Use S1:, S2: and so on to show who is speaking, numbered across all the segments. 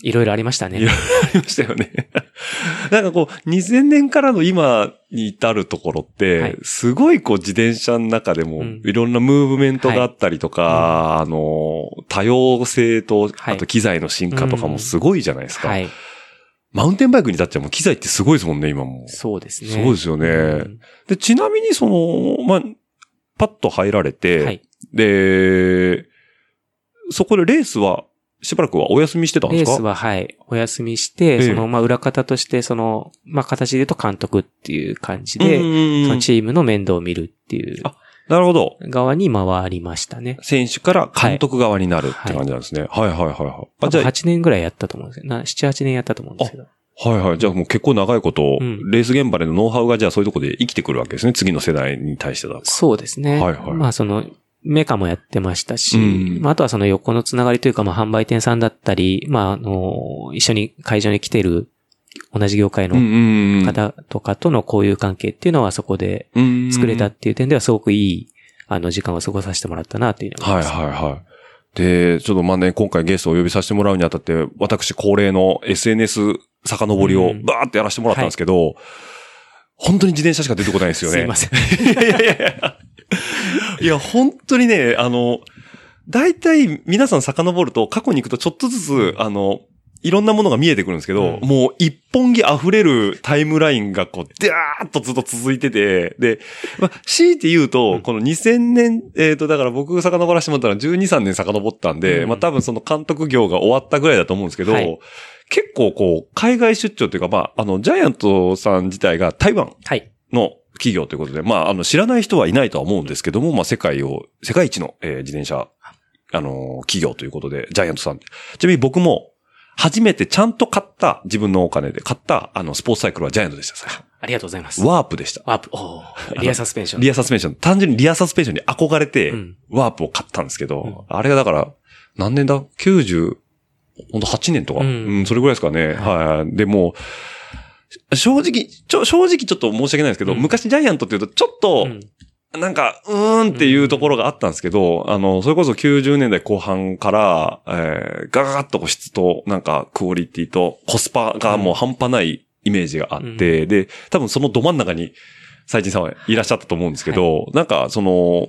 S1: いろいろありましたね
S2: い。ろいろありましたよね。 なんかこう、2000年からの今に至るところって、
S1: はい
S2: すごいこう自転車の中でも、
S1: うん
S2: いろんなムーブメントがあったりとか、あの、多様性と、
S1: はい
S2: あと機材の進化とかもすごいじゃないですか。
S1: はい。
S2: マウンテンバイクに至ってはもう機材ってすごいですもんね、今も。
S1: そうですね。
S2: そうですよね
S1: うん
S2: で、ちなみにその、まあ、パッと入られて、
S1: はい。
S2: で、そこでレースは、しばらくはお休みしてたんで
S1: レ
S2: す
S1: ー
S2: か
S1: スは、はい、お休みして、
S2: ええ
S1: その、まあ、裏方として、その、まあ、形で言うと監督っていう感じ
S2: うん
S1: で、
S2: うんうん
S1: そのチームの面倒を見るっていう
S2: あなるほど。
S1: 側に回りましたね。
S2: 選手から監督側になるって感じなんですね。はい、はい、はいはい。あ、
S1: あ
S2: じ
S1: と
S2: ゃ
S1: 8年ぐらいやったと思うんですよ。な7、8年やったと思うんですけど。
S2: あ、はいはい。じゃあもう結構長いこと、
S1: うん
S2: レース現場でのノウハウがじゃあそういうところで生きてくるわけですね。次の世代に対してだと。
S1: そうですね。
S2: はいはい
S1: まあ、その、メカもやってましたし、
S2: うん
S1: まあ、あとはその横のつながりというか、まあ、販売店さんだったり、まあ、あの、一緒に会場に来てる、同じ業界
S2: うん
S1: の
S2: うんうん
S1: 方とかとの交友関係っていうのは、そこで
S2: うんうん
S1: 作れたっていう点ではすごくいい、あの、時間を過ごさせてもらったなっていうの
S2: はいはいはい。で、ちょっとまあね、今回ゲストをお呼びさせてもらうにあたって、私恒例の SNS 遡り
S1: う
S2: を
S1: ん
S2: バーってやらせてもらったんですけど、本当に自転車しか出てこないんですよね。
S1: すいません。
S2: いやいやいや。いや、本当にね、あの、大体皆さん遡ると過去に行くとちょっとずつ、あの、いろんなものが見えてくるんですけど、
S1: うん
S2: もう一本木溢れるタイムラインがこう、ダーッとずっと続いてて、で、まあ、強いて言うと、
S1: うん
S2: この2000年、えっ、と、だから僕が遡らせてもらったのは12、3年遡ったんで、
S1: うん
S2: まあ多分その監督業が終わったぐらいだと思うんですけど、
S1: はい
S2: 結構こう、海外出張っていうか、まあ、あの、ジャイアントさん自体が台湾
S1: はい。
S2: の企業ということで、まあ、あの、知らない人はいないとは思うんですけども、まあ、世界を、世界一の、えー自転車、あのー企業ということで、ジャイアントさん。ちなみに僕も、初めてちゃんと買った、自分のお金で買った、あの、スポーツサイクルはジャイアントでした、最初
S1: ありがとうございます。
S2: ワープでした。
S1: ワープ、おーリアサスペンション。
S2: リアサスペンション。単純にリアサスペンションに憧れて
S1: うん、
S2: ワープを買ったんですけど、あれがだから、何年だ ?90、ほんと8年とか、う
S1: うんん、
S2: それぐらいですかね。はい。で、もう、正直、ちょ、正直ちょっと申し訳ないですけど、
S1: うん
S2: 昔ジャイアントっていうと、ちょっと、
S1: うん
S2: なんか、うーんっていうところがあったんですけど、あの、それこそ90年代後半から、えー、ガガガッとこう質と、なんか、クオリティと、コスパがもう半端ないイメージがあって、で、多分そのど真ん中に、最近さんはいらっしゃったと思うんですけど、なんか、その、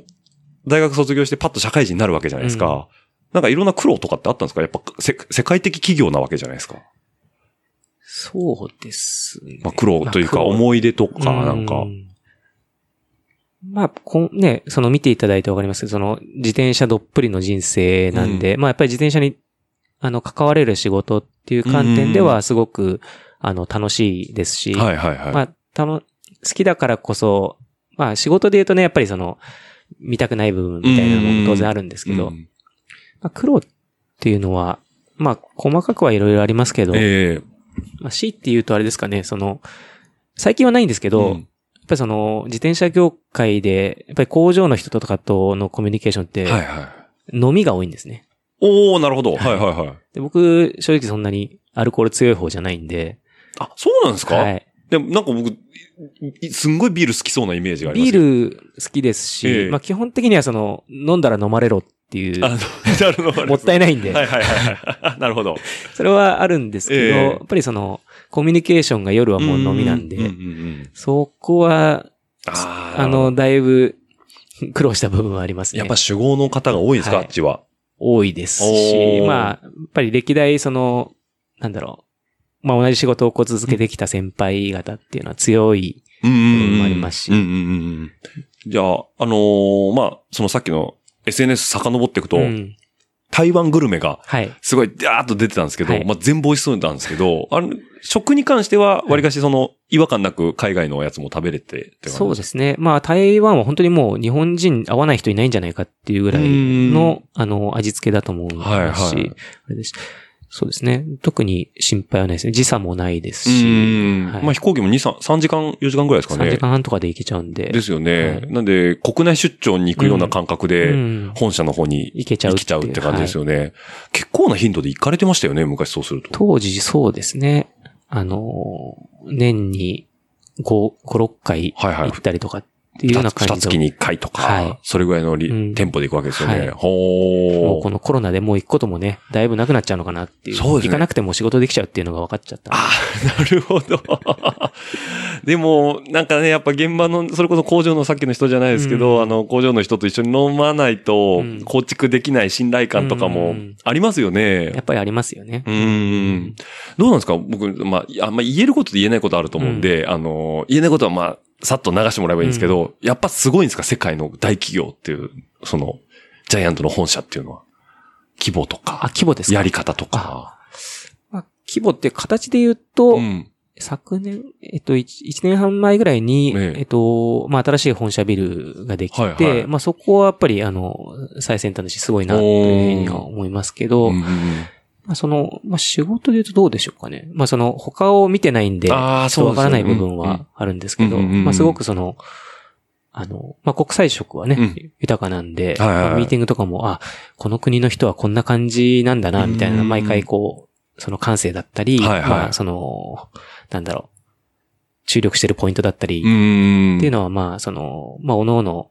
S2: 大学卒業してパッと社会人になるわけじゃないですか。なんかいろんな苦労とかってあったんですかやっぱせ、世界的企業なわけじゃないですか。
S1: そうですね。
S2: まあ、苦労というか、
S1: まあ苦労
S2: 思い出とか、なんか
S1: う。まあ、こんね、その見ていただいてわかりますけど、その自転車どっぷりの人生なんで、まあやっぱり自転車に、あの、関われる仕事っていう観点ではすごく、あの、楽しいですし、
S2: はいはいはい。
S1: まあ、たの、好きだからこそ、まあ仕事で言うとね、やっぱりその、見たくない部分みたいなのも当然あるんですけど、
S2: うん
S1: まあ、苦労っていうのは、まあ、細かくはいろいろありますけど、
S2: ええ
S1: まあ、C って言うとあれですかね、その、最近はないんですけど、
S2: う
S1: やっ
S2: ん
S1: ぱりその、自転車業界で、やっぱり工場の人とかとのコミュニケーションって、
S2: はいはい。
S1: 飲みが多いんですね。
S2: おおなるほど。はいはいはい。
S1: で僕、正直そんなにアルコール強い方じゃないんで、
S2: あ、そうなんですか、
S1: はい。
S2: でもなんか僕、いいすんごいビール好きそうなイメージがありま
S1: ビ
S2: す。ール
S1: ール好きですし、
S2: ええ
S1: まあ基本的にはその、飲んだら飲まれろっていう、
S2: あの、 なるほど。
S1: もったいないんで、
S2: はいはいはい はい。なるほど。
S1: それはあるんですけど、
S2: ええ
S1: やっぱりその、コミュニケーションが夜はもう飲みなんで、
S2: うううんうん
S1: そこは、
S2: あー
S1: あの、、だいぶ 苦労した部分はありますね。
S2: やっぱ主語の方が多いんですか、
S1: はい
S2: あっちは。
S1: 多いですし
S2: おー、
S1: まあ、やっぱり歴代その、なんだろう、まあ同じ仕事をこう続けてきた先輩方っていうのは強い、
S2: うん
S1: 部分もありますし
S2: うんうんうんうん。じゃあ、あのーまあ、そのさっきの SNS 遡っていくと、
S1: うん
S2: 台湾グルメが、
S1: はい。
S2: すごい、ダーッと出てたんですけど、
S1: はい
S2: まあ、全部美味しそうなんですけど、あの、食に関しては、わりかしその、違和感なく海外のやつも食べれてって感じ
S1: そうですね。まあ台湾は本当にもう日本人合わない人いないんじゃないかっていうぐらいの、あの、味付けだと思うし、
S2: はいはい
S1: あれですそうですね。特に心配はないですね。時差もないです
S2: う
S1: し、
S2: ん。
S1: はい
S2: まあ飛行機も2、3、3時間、4時間ぐらいですか
S1: 3時
S2: ね。
S1: 間半とかで行けちゃうんで。
S2: ですよね
S1: は。い
S2: なんで、国内出張に行くような感覚
S1: う
S2: で、
S1: ん。
S2: 本社の方に
S1: 行けちゃう
S2: 行
S1: って
S2: きちゃうって感じですよね。結構な頻度で行かれてましたよね、昔そうすると。
S1: 当時、そうですね。あのー、年に5、5、6回
S2: はいはい
S1: 行ったりとかっていうような
S2: 二
S1: 感
S2: つ
S1: じ
S2: 月
S1: で。
S2: に1回とか、
S1: はい
S2: それぐらいのり、
S1: うん
S2: テンポで行くわけですよね。
S1: はいも
S2: ほ
S1: う
S2: ー
S1: こ。のコロナでもう行くこともね、だいぶなくなっちゃうのかなっていう。
S2: そうですね
S1: 行かなくても仕事できちゃうっていうのが分かっちゃったんで。
S2: ああ、なるほど。 でも、なんかね、やっぱ現場の、それこそ工場のさっきの人じゃないですけど、
S1: うん
S2: あの、工場の人と一緒に飲まないと
S1: うん、
S2: 構築できない信頼感とか
S1: う
S2: も
S1: ん
S2: ありますよね。
S1: やっぱりありますよね
S2: う。ーん。どうなんですか僕、まあ、あんま言えることと言えないことあると思うんで、あの、言えないことはまあ、さっと流してもらえばいいんですけど、やっぱすごいんですか世界の大企業っていう、その、ジャイアントの本社っていうのは。規模と
S1: あ、
S2: か、
S1: 規模ですか
S2: やり方とか。
S1: まあ、規模って形で言うと、
S2: ん。
S1: 昨年、えっと、1, 年半前ぐらいに、
S2: ええ
S1: えっと、まあ、新しい本社ビルができて、
S2: はいはい
S1: まあ、そこはやっぱり、あの、最先端だし、すごいな、というふうには思いますけど、
S2: うん
S1: まあ、その、まあ、仕事で言うとどうでしょうかね。まあ、その、他を見てないんで、ちょ
S2: ああ、
S1: っと
S2: そう
S1: わ
S2: です
S1: か
S2: よ
S1: ら
S2: ね
S1: ない部分は。あるんですけど、
S2: うんうんうん
S1: まあ、すごくその、あの、まあ、国際色はね、
S2: うん
S1: 豊かなんで、
S2: はいはいはい
S1: まあミーティングとかも、あ、この国の人はこんな感じなんだな、みたい
S2: うんう
S1: な、
S2: んうん
S1: 毎回こう、その感性だったり、
S2: はいはい
S1: まあ、その、なんだろう、注力してるポイントだったり、
S2: うんうん。
S1: っていう
S2: の
S1: のは、まあ、その、まあ、各々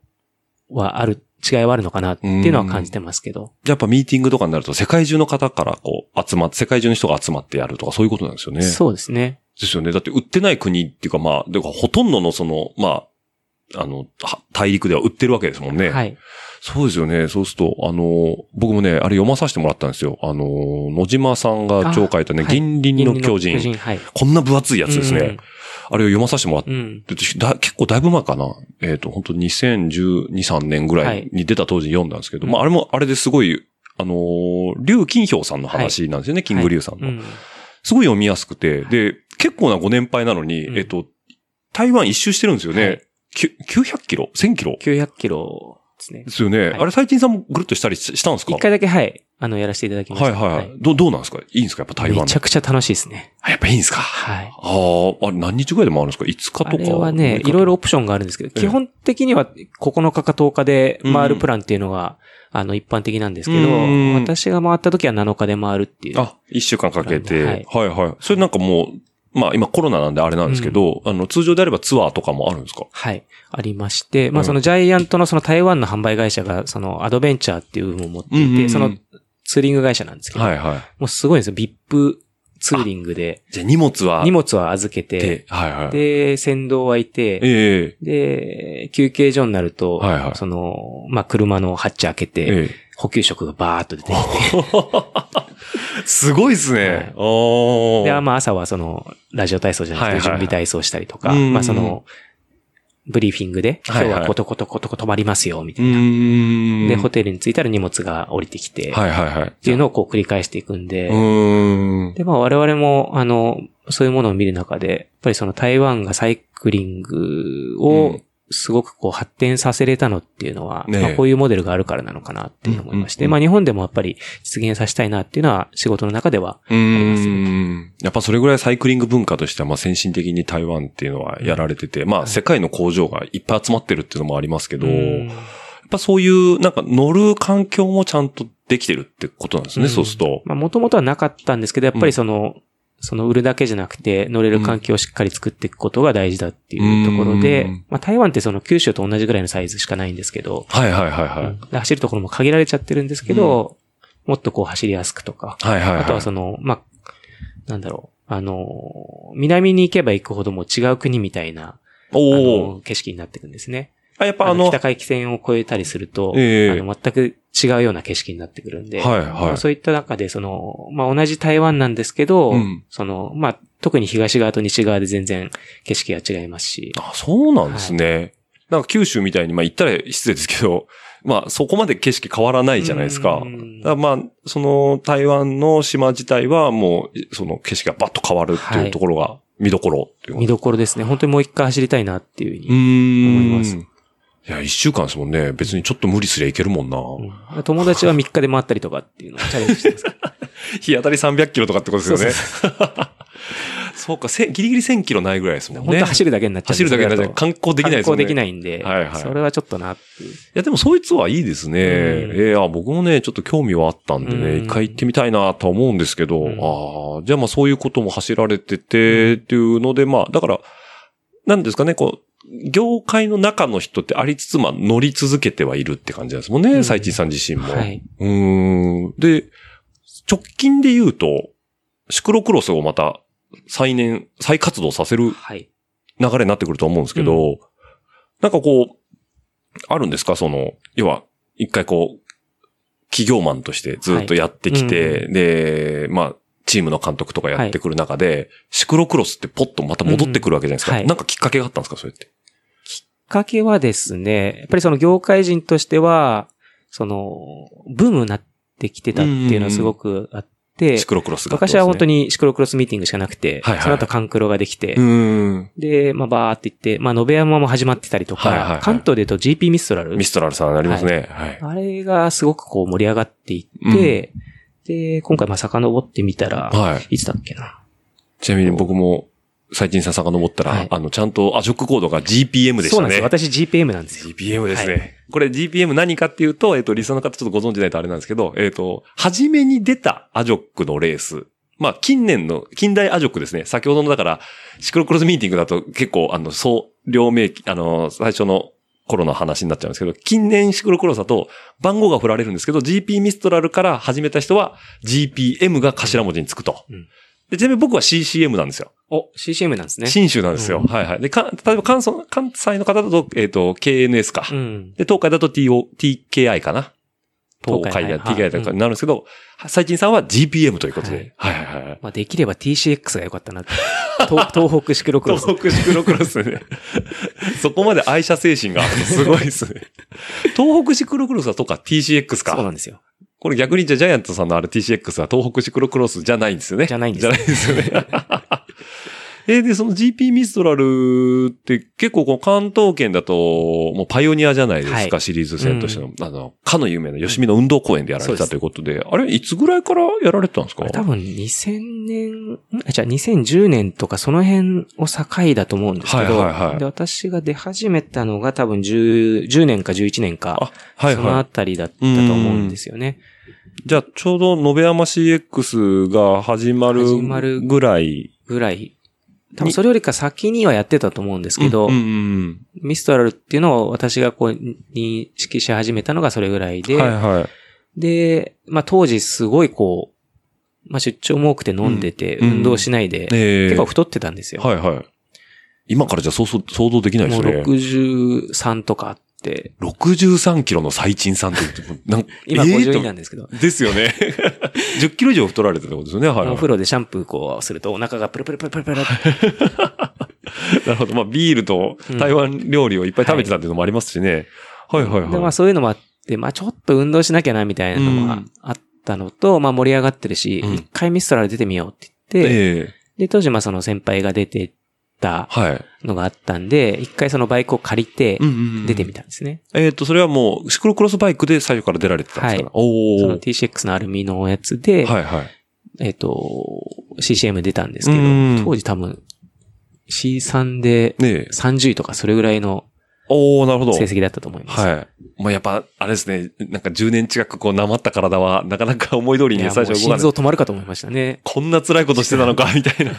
S1: はある、違いはあるのかなっていうのは感じてますけど、
S2: やっぱミーティングとかになると、世界中の方からこう、集まって、世界中の人が集まってやるとか、そういうことなんですよね。
S1: そうですね。
S2: ですよね。だって売ってない国っていうかまあ、だからほとんどのその、まあ、あの、は大陸では売ってるわけですもんね。
S1: はい。
S2: そうですよね。そうすると、あの、僕もね、あれ読まさせてもらったんですよ。あの、野島さんが超書いたね、
S1: あはい
S2: 銀鱗の巨人。
S1: 人はい。
S2: こんな分厚いやつですね。
S1: うん
S2: あれを読まさせてもらって、
S1: うん。
S2: だ結構だいぶ前かな。えっ、と、本当2012、3年ぐらいに出た当時に読んだんですけど、
S1: はい
S2: まあ、あれも、あれですごい、あのー、劉金氷さんの話なんですよね、キング劉さんの。
S1: うん
S2: すごい読みやすくて、で、結構なご年配なのに、
S1: うん
S2: えっと、台湾一周してるんですよね。
S1: はい
S2: きゅ900キロ ?1000 キロ
S1: 900キロですね
S2: で。すよね。
S1: はい
S2: あれ、最近さんもぐるっとしたりししたんですか
S1: 一回だけ、はい。あの、やらせていただきまし
S2: はい
S1: た。
S2: はい、はい。どどうなんですかいいんですかやっぱ台湾
S1: めちゃくちゃ楽しいですね。
S2: あやっぱいいんですか
S1: はい。
S2: ああ、あれ何日ぐらいでもあるんですか ?5 日とか。
S1: あれはね
S2: 六、日
S1: いろいろオプションがあるんですけど、
S2: ええ
S1: 基本的には9日か10日で回
S2: う
S1: る
S2: ん
S1: プランっていうのが、あの、一般的なんですけど
S2: うん、
S1: 私が回った時は7日で回るっていう。
S2: あ、1週間かけて。は
S1: はいい、
S2: はい、それなんかもう、まあ今コロナなんであれなんですけど、あの、通常であればツアーとかもあるんですか
S1: はい。ありまして、ま
S2: う
S1: あ
S2: ん
S1: そのジャイアントのその台湾の販売会社が、そのアドベンチャーっていう部分を持って
S2: うん
S1: い
S2: うんうん
S1: て、そのツーリング会社なんですけど、
S2: は
S1: も
S2: いは
S1: うすごいんですよ。VIP ツーリングで、
S2: い。じゃあ荷物は、
S1: 荷物は預けて、
S2: で、はいはい。
S1: で、先導はいて、
S2: ええ
S1: で、休憩所になると、
S2: はいはい
S1: その、まあ、車のハッチ開けて、
S2: ええ
S1: 補給食がバーっと出てき
S2: すごいです
S1: は
S2: ね
S1: い。
S2: お
S1: て、
S2: ー
S1: で、まあ、朝はその、ラジオ体操じゃなく
S2: はいはい
S1: て、
S2: はい
S1: 準備体操したりとか、
S2: うん
S1: まあ、その、ブリーフィングで、今
S2: はい
S1: 日
S2: はい
S1: はコトコトコトコト止まりますよ、み
S2: う
S1: たいな。
S2: ーん。
S1: で、ホテルに着いたら荷物が降りてきて、っ
S2: はいはいはい。って
S1: いうのをこう繰り返していくんで、
S2: うーん。
S1: で、まあ、我々も、あの、そういうものを見る中で、やっぱりその台湾がサイクリング
S2: う
S1: を
S2: ん、
S1: すごくこう発展させれたのっていうのは、
S2: ねえ
S1: まあこういうモデルがあるからなのかなっていうのを思いまして、
S2: うんうんうん
S1: まあ日本でもやっぱり実現させたいなっていうのは仕事の中では、
S2: うーん。やっぱそれぐらいサイクリング文化としては、まあ先進的に台湾っていうのはやられてて、まあ世界の工場がいっぱい集まってるっていうのもありますけど、
S1: うん
S2: やっぱそういう、なんか乗る環境もちゃんとできてるってことなんですね、
S1: うん
S2: そうすると。
S1: まあもともとはなかったんですけど、やっぱりその、その売るだけじゃなくて乗れる環境をしっかり作っていくことが大事だっていうところで、
S2: うん
S1: まあ台湾ってその九州と同じぐらいのサイズしかないんですけど、
S2: はいはいはいはい。
S1: で走るところも限られちゃってるんですけど、もっとこう走りやすくとか、
S2: はいはいはい。
S1: あとはその、まあ、なんだろう、あの、南に行けば行くほどもう違う国みたいな、あ
S2: おお。
S1: の景色になっていくんですね。
S2: あ、やっぱ
S1: あ
S2: あ
S1: の、
S2: の、
S1: 北海汽線を越えたりすると、
S2: ええ
S1: あの全く違うような景色になってくるんで、
S2: はいはい
S1: まあそういった中で、その、まあ、同じ台湾なんですけど、
S2: うん
S1: その、まあ、特に東側と西側で全然景色が違いますし、
S2: あ、そうなんですね。なんか九州みたいに、まあ言ったら失礼ですけど、 まあそこまで景色変わらないじゃないですか。
S1: うん
S2: だからまあ、その台湾の島自体はもう、その景色がバッと変わるって
S1: は
S2: いう
S1: い
S2: ところが見どころっていうこと
S1: 見どころですね。本当にもう一回走りたいなっていうふうに
S2: うーん。
S1: 思います
S2: いや、一週間ですもんね。別にちょっと無理すりゃいけるもんな。
S1: うん友達は3日で回ったりとかっていうのをチャレンジしてます。
S2: 日当たり300キロとかってことですよね。 そうか、せギリギリ1000キロないぐらいですもん ね。
S1: 本当走るだけになっちゃうん
S2: 走るだけになっちゃう
S1: それだと
S2: 観光できないですも
S1: 観
S2: んね。
S1: 光でき
S2: い。い
S1: ないんで、
S2: はいはい
S1: それはちょっとなっていう。
S2: や、でもそいつはいいですね。
S1: うん
S2: ええあ僕もね、ちょっと興味はあったんでね、
S1: うん
S2: 一回行ってみたいなとは思うんですけど、
S1: うん
S2: ああ、じゃあまあそういうことも走られてて、っていうので、まあ、だから、なんですかね、こう、業界の中の人ってありつつ、まあ乗り続けてはいるって感じなんですもんね、
S1: うん
S2: 斉藤さん自身も。
S1: はい。
S2: うーん。で、直近で言うと、シクロクロスをまた再燃、再活動させる
S1: はい。
S2: 流れになってくると思うんですけど、なんかこう、あるんですかその、要は、一回こう、企業マンとしてずっとやってきて、
S1: はい
S2: で、まあ、チームの監督とかやってくる中で、シクロクロスってポッとまた戻ってくるわけじゃないですか。
S1: うんはい
S2: なんかきっかけがあったんですかそれって。
S1: きっかけはですね、やっぱりその業界人としては、その、ブームになってきてたっていうのはすごくあって、
S2: シクロクロスが、
S1: 昔は本当
S2: に。
S1: にシクロクロスミーティングしかなくて、
S2: はいはい
S1: その後カンクロができて、
S2: うーん。
S1: で、まあバーって行って、まあ野辺山も始まってたりとか、
S2: はいはいはい
S1: 関東で言うと GP ミストラル
S2: ミストラルさんありますね。はい。
S1: あれがすごくこう盛り上がっていって、で、今回まあ遡ってみたら、
S2: はい。
S1: いつだっけな。
S2: ちなみに僕も、最近さん遡ったら、
S1: はい
S2: あの、ちゃんとアジョックコードが GPM でし
S1: そう
S2: た
S1: なんで
S2: ね
S1: すよ。。私 GPM なんですよ。
S2: GPM ですね。これ GPM 何かっていうと、えっ、と、理想の方ちょっとご存知ないとあれなんですけど、えっ、と、初めに出たアジョックのレース。まあ、近年の、近代アジョックですね。先ほどの、だから、シクロクロスミーティングだと結構、あの、そう、両名機、あの、最初の頃の話になっちゃうんですけど、近年シクロクロスだと番号が振られるんですけど、GP ミストラルから始めた人は GPM が頭文字につくと。
S1: うん
S2: でちなみに僕は CCM なんですよ。
S1: お、CCM なんですね。
S2: 新州なんですよ。
S1: うん
S2: はいはい。で、か例えば関西関西の方だと、えっ、と、KNS か。
S1: うん。
S2: で、東海だと TO、TKI かな。東
S1: 東海
S2: 海だ、
S1: はい
S2: TKI とかになるんですけど、最近さんは GPM ということで。はいはいはい。
S1: まあできれば TCX が良かったなって。 東東北シクロクロス。
S2: 東北シクロクロスね。 そこまで愛車精神があるのすごいです ね。東北シクロクロスはとか TCX
S1: そうな
S2: か。
S1: んですよ。
S2: これ逆にじゃあジャイアントさんのある TCX は東北シクロクロスじゃないんですよね。
S1: じゃないんです
S2: じゃないですよね。 えー、で、その GP ミストラルって結構こう関東圏だともうパイオニアじゃないですか、
S1: は
S2: シリーズ戦としての、あの、かの有名な吉見の運動公園でやられてたということで、あれ、いつぐらいからやられてたんですか
S1: これ多分2000年、んあ、じゃあ2010年とかその辺を境だと思うんですけど、
S2: はいはいはい
S1: で、私が出始めたのが多分 10, 10年か11年か、
S2: あ、はい
S1: その
S2: は
S1: あ
S2: い。
S1: たりだったと思うんですよね。
S2: じゃあちょうど延山 CX が始ま
S1: 始ま
S2: る
S1: る
S2: ぐらい。
S1: ぐらい。多分それよりか先にはやってたと思うんですけど、
S2: うんうん
S1: ミストラルっていうのを私がこう認識し始めたのがそれぐらい
S2: うん
S1: で、
S2: はいはい。
S1: で、まあ当時すごいこう、まあ出張も多くて飲んでて、
S2: うん
S1: 運動しないで、
S2: ええ
S1: 結構太ってたんですよ。
S2: はいはい。今からじゃそうそう想像できないで
S1: も
S2: す
S1: う
S2: ね。
S1: 63とかあって、
S2: 63キロの最賃さんって言って、なん
S1: 今
S2: えー
S1: 52
S2: と
S1: なんですけど、
S2: ですよ ね。10キロ以上太られてたってことですよね。はい、は
S1: お
S2: い。
S1: 風呂でシャンプーこうするとお腹がプルプルプルプルプルって
S2: なるほど。まあ、ビールと台湾料理をいっぱい食べてたっていうのもありますしね。はい、はい、はい。
S1: で、まあそういうのもあって、まあちょっと運動しなきゃなみたいなの
S2: う
S1: が
S2: ん
S1: あったのと、まあ盛り上がってるし、
S2: うん
S1: 一回ミストラル出てみようって言って、
S2: ええ
S1: で、当時まあその先輩が出てた
S2: はい。
S1: のがあったんで、一回そのバイクを借りて
S2: うん、うんうん
S1: 出てみ。たんですね。
S2: えっ、と、それはもう、シクロクロスバイクで最初から出られてたんですから。
S1: はい
S2: お
S1: そ
S2: お。は
S1: の TCX のアルミのやつで、
S2: い、はい。
S1: えっ、と、CCM 出たんですけ
S2: う
S1: ど
S2: ん、
S1: 当時多分 C3 で
S2: ねえ。
S1: 30位とかそれぐらいの
S2: おおなるほど。
S1: 成績だったと思います。
S2: はい。まあ、やっぱ、あれですね。なんか10年近くこう、なまった体は、なかなか思い通り
S1: い
S2: に
S1: や
S2: 最初動か
S1: もう心
S2: ない
S1: 臓。止まるかと思いましたね。
S2: こんな辛いことしてたのか、みたいな。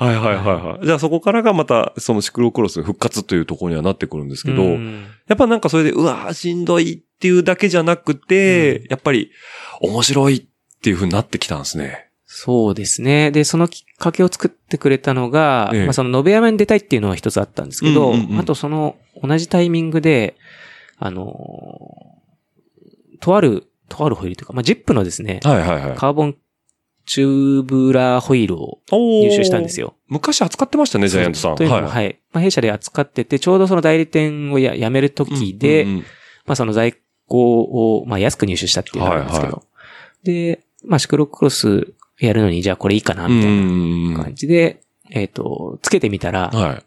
S2: はいはいはいはい。じゃあそこからがまた、そのシクロクロス復活というところにはなってくるんですけど、
S1: うん
S2: やっぱなんかそれで、うわーしんどいっていうだけじゃなくて、
S1: うん
S2: やっぱり、面白いっていう風になってきたんですね。
S1: そうですね。で、そのきっかけを作ってくれたのが、
S2: ええ
S1: まあその延山に出たいっていうのは一つあったんですけど、
S2: うんうんうん
S1: あとその同じタイミングで、あのーとある、とあるホイールというか、まあジップのですね、
S2: はいはいはい。
S1: カーボンチューブラーホイールを
S2: おー
S1: 入手したんです。よ。
S2: 昔扱ってましたね、ジャイアントさん。
S1: というのも、
S2: はい。
S1: はい。まあ、弊社で扱ってて、ちょうどその代理店をや辞めるときで、
S2: うんうんうん
S1: まあその在庫を、まあ安く入手したっていうのがあるんですけど。
S2: は
S1: で、まあシクロクロスやるのに、じゃあこれいいかな、みたいな
S2: うん
S1: 感じで、えっ、と、つけてみたら、
S2: は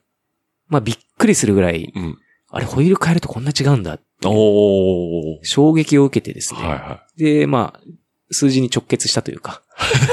S1: まあびっくりするぐらい
S2: い。うん。
S1: あれ、ホイール変えるとこんな違うんだ。
S2: おー。
S1: 衝撃を受けてですね。
S2: はいは
S1: で、まあ、数字に直結したというか。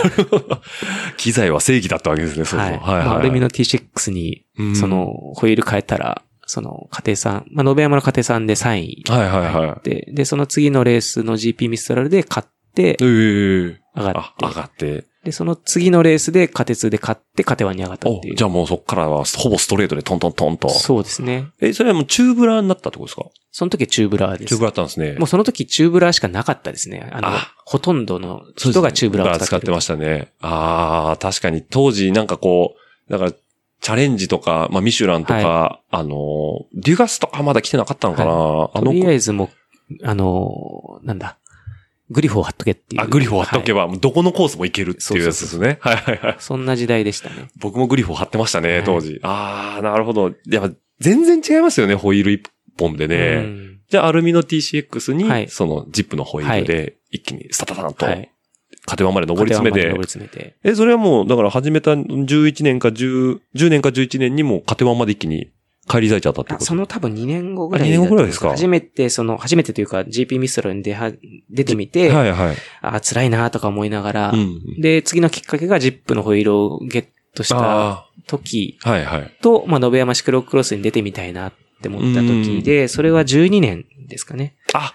S2: い。機材は正義だったわけですね、そうそう。はいはい
S1: まあ、
S2: は
S1: アルミ
S2: い。
S1: の T6 に、
S2: うん
S1: その、ホイール変えたら、その、家庭さん、まあ、延山の家庭さんで3位
S2: はいはい
S1: 入
S2: は
S1: って、で、その次のレースの GP ミストラルで勝って
S2: い。え、ー。
S1: 上が
S2: あ、上
S1: って、
S2: がって。
S1: で、その次のレースで家庭2で勝って、家庭1に上がったっ
S2: お
S1: てい、う。
S2: じゃあもうそっからはほぼストレートでトントントンと。
S1: そうですね。
S2: え、それはもうチューブラーになったってことですか
S1: その時チューブラーです。
S2: チューブラーだったんですね。
S1: もうその時チューブラーしかなかったですね。あの、
S2: あ
S1: ほとんどの人がチューブラーを使
S2: 使
S1: っ
S2: ってて
S1: る
S2: ましたね。ああ、確かに当時なんかこう、だから、チャレンジとか、まあ、ミシュランとか、あの、デュガスとかまだ来てなかったのかな、あ
S1: と
S2: の
S1: りあえずもう、あの、なんだ、グリフォー貼っとけっていう。
S2: あ、グリフォー貼っとけ
S1: はい
S2: ば、もうどこのコースも行けるっていうやつですね。はいはいはい。
S1: そんな時代でしたね。
S2: 僕もグリフォー貼ってましたね、
S1: はい
S2: 当時。ああ、なるほど。やっぱ、全然違いますよね、ホイール一本でね。
S1: うん
S2: じゃあ、アルミの TCX に、
S1: はい
S2: その、ジップのホイールで、一気にスタタタンと、
S1: はい。
S2: カテマまで登り詰め
S1: カテワンまで
S2: て
S1: 上り、詰めて。
S2: え、それはもう、だから始めた11年か10、10年か11年にもうカテワンまで一気に帰り咲いちゃったっていうこ
S1: あ
S2: と
S1: その多分2年後ぐらい
S2: あ
S1: だ
S2: 二
S1: った。
S2: 年後ぐらいですか
S1: 初めて、その、初めてというか GP ミストラルに出は、出てみて、
S2: はいはい。
S1: あ、辛いなとか思いながら、
S2: うん。
S1: で、次のきっかけが ZIP のホイールをゲットした
S2: あ
S1: 時
S2: あ、はいはい。
S1: と、まあ、延山シクロクロスに出てみたいなって思った時で、それは12年ですかね。
S2: あ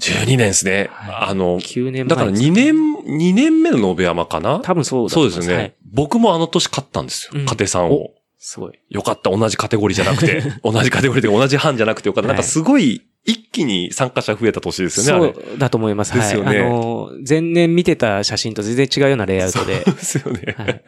S2: !12 年ですね。
S1: はい
S2: あの、
S1: 9年
S2: だ
S1: 前
S2: から
S1: ですね
S2: 2年、二年目の延山かな
S1: 多分そうだと
S2: そう
S1: 思い
S2: で
S1: ます
S2: ね、
S1: はい
S2: 僕もあの年勝ったんですよ。
S1: うん
S2: 家庭さんを。
S1: すごい。
S2: よかった。同じカテゴリーじゃなく て、同じカテゴリーで同じ班じゃなくてよかった。なんかすごい、一気に参加者増えた年ですよね、あ
S1: そ
S2: れ。
S1: うだと思います。
S2: ですよね
S1: はい。あのー、前年見てた写真と全然違うようなレイアウ トで。
S2: ですよね。
S1: はい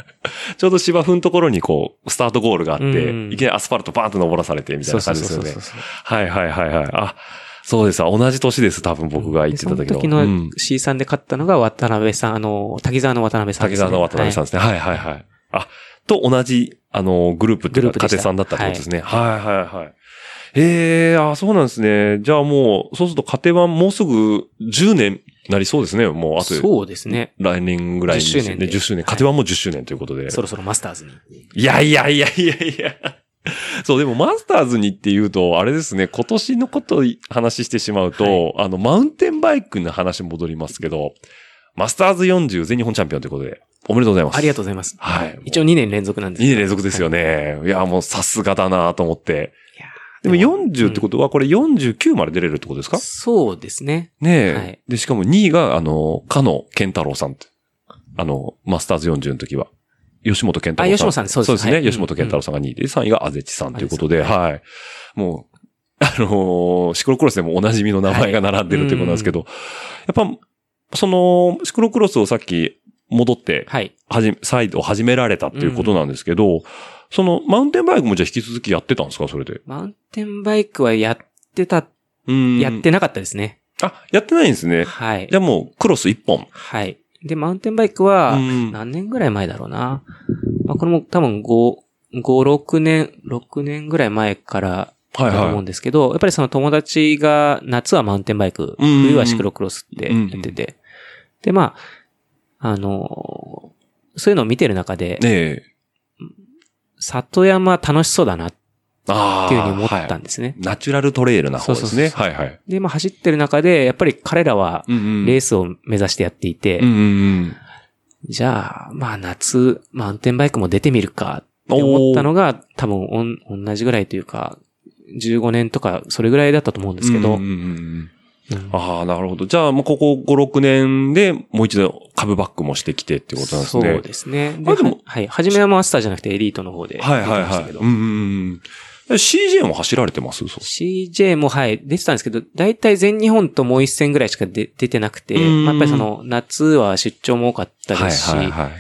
S2: ちょうど芝生のところにこう、スタートゴールがあって、
S1: うん
S2: いきなりアスファルトバーンと登らされてみたい
S1: そう
S2: な
S1: そ
S2: 感
S1: う
S2: じです
S1: そ
S2: よ
S1: う
S2: ね
S1: そ。う。
S2: はいはいはいはい。あ、そうです。同じ年です。多分僕が行ってた
S1: で
S2: 時の。
S1: そ
S2: う
S1: の
S2: ん
S1: 時の C さんで勝ったのが渡辺さん、あの、滝沢の渡辺さん
S2: 滝
S1: ですね、
S2: 沢の渡辺さん
S1: は
S2: ですね。はい、はい、はいあ、と同じ、あの、グループっていう
S1: グループ
S2: か、家
S1: でした
S2: 庭さんだったってことですね。はい、はい、はい。ええあ、そうなんですね。じゃあもう、そうすると家庭はもうすぐ10年なりそうですね。もうあ
S1: い。
S2: と、
S1: そうですね。
S2: 来年ぐらいに
S1: 10周年で
S2: 10周年。
S1: はい
S2: 家庭はもう10周年ということで。
S1: そろそろマスターズに。
S2: いやいやいやいやいや。そう、でもマスターズにって言うと、あれですね、今年のこと話してしまうと、
S1: は
S2: あの、マウンテンバイクの話戻りますけど、マスターズ40全日本チャンピオンということで、おめでとうございます。
S1: ありがとうございます。
S2: はい。
S1: 一応2年連続なんです
S2: 2年連続ですよね。い、や、もうさすがだなと思って。でも40ってこととは、これ49まで出れるってことですか、
S1: そうですね。
S2: ねえ、
S1: はい
S2: で、しかも2位が、あの、かの健太郎さんって。あの、マスターズ40の時は。吉本健太郎さん。
S1: あ吉本さんそうです
S2: そうですね。
S1: はい
S2: 吉本健太郎さんが2位で、3位があぜちさんということで、
S1: あぜちさん
S2: はい。もう、あのーシクロクロスでもおなじみの名前が並んでるということなんですけど、やっぱ、その、シクロクロスをさっき戻って、
S1: はい。
S2: はじ、再度始められたっていうことなんですけど、その、マウンテンバイクもじゃあ引き続きやってたんですかそれで。
S1: マウンテンバイクはやってた、
S2: うん
S1: やってなかったですね。
S2: あ、やってないんですね。
S1: はい
S2: じゃ。あもう、クロス1本。
S1: はい。で、マウンテンバイクは、
S2: うん
S1: 何年ぐらい前だろうな。まあ、これも多分5、5、6年、6年ぐらい前から
S2: はい
S1: だと思うんですけど、やっぱりその友達が夏はマウンテンバイク、
S2: うんうんうん
S1: 冬はシクロクロスってやってて、で、まあ、あのーそういうのを見てる中で、
S2: ねえ。
S1: 里山楽しそうだなっ
S2: ああ。
S1: ていうふうに思った
S2: は
S1: んですね。
S2: いナチュラルトレイルな方ですね。
S1: そうそう
S2: はいはい。
S1: で、まあ走ってる中で、やっぱり彼らは
S2: うんうん
S1: レースを目指してやっていて、
S2: うんうん
S1: じゃあ、まあ夏、マウンテンバイクも出てみるかって思ったのが、多分おん同じぐらいというか、15年とか、それぐらいだったと思うん
S2: で
S1: ですけど、うん
S2: ああ、なるほど。じゃあ、もうここ5、6年でもう一度カブバックもしてきてってことなんですね。
S1: そうですね。
S2: あでも
S1: はい。初めはマスターじゃなくてエリートの方で。
S2: はいはいはい。うんうんうん。CJ も走られてますそう
S1: CJ も、はい、出てたんですけど、大体全日本ともう一戦ぐらいしか出出てなくて、
S2: うん
S1: まあやっぱりその、夏は出張も多かった
S2: は
S1: で
S2: い
S1: すし、
S2: はいはい。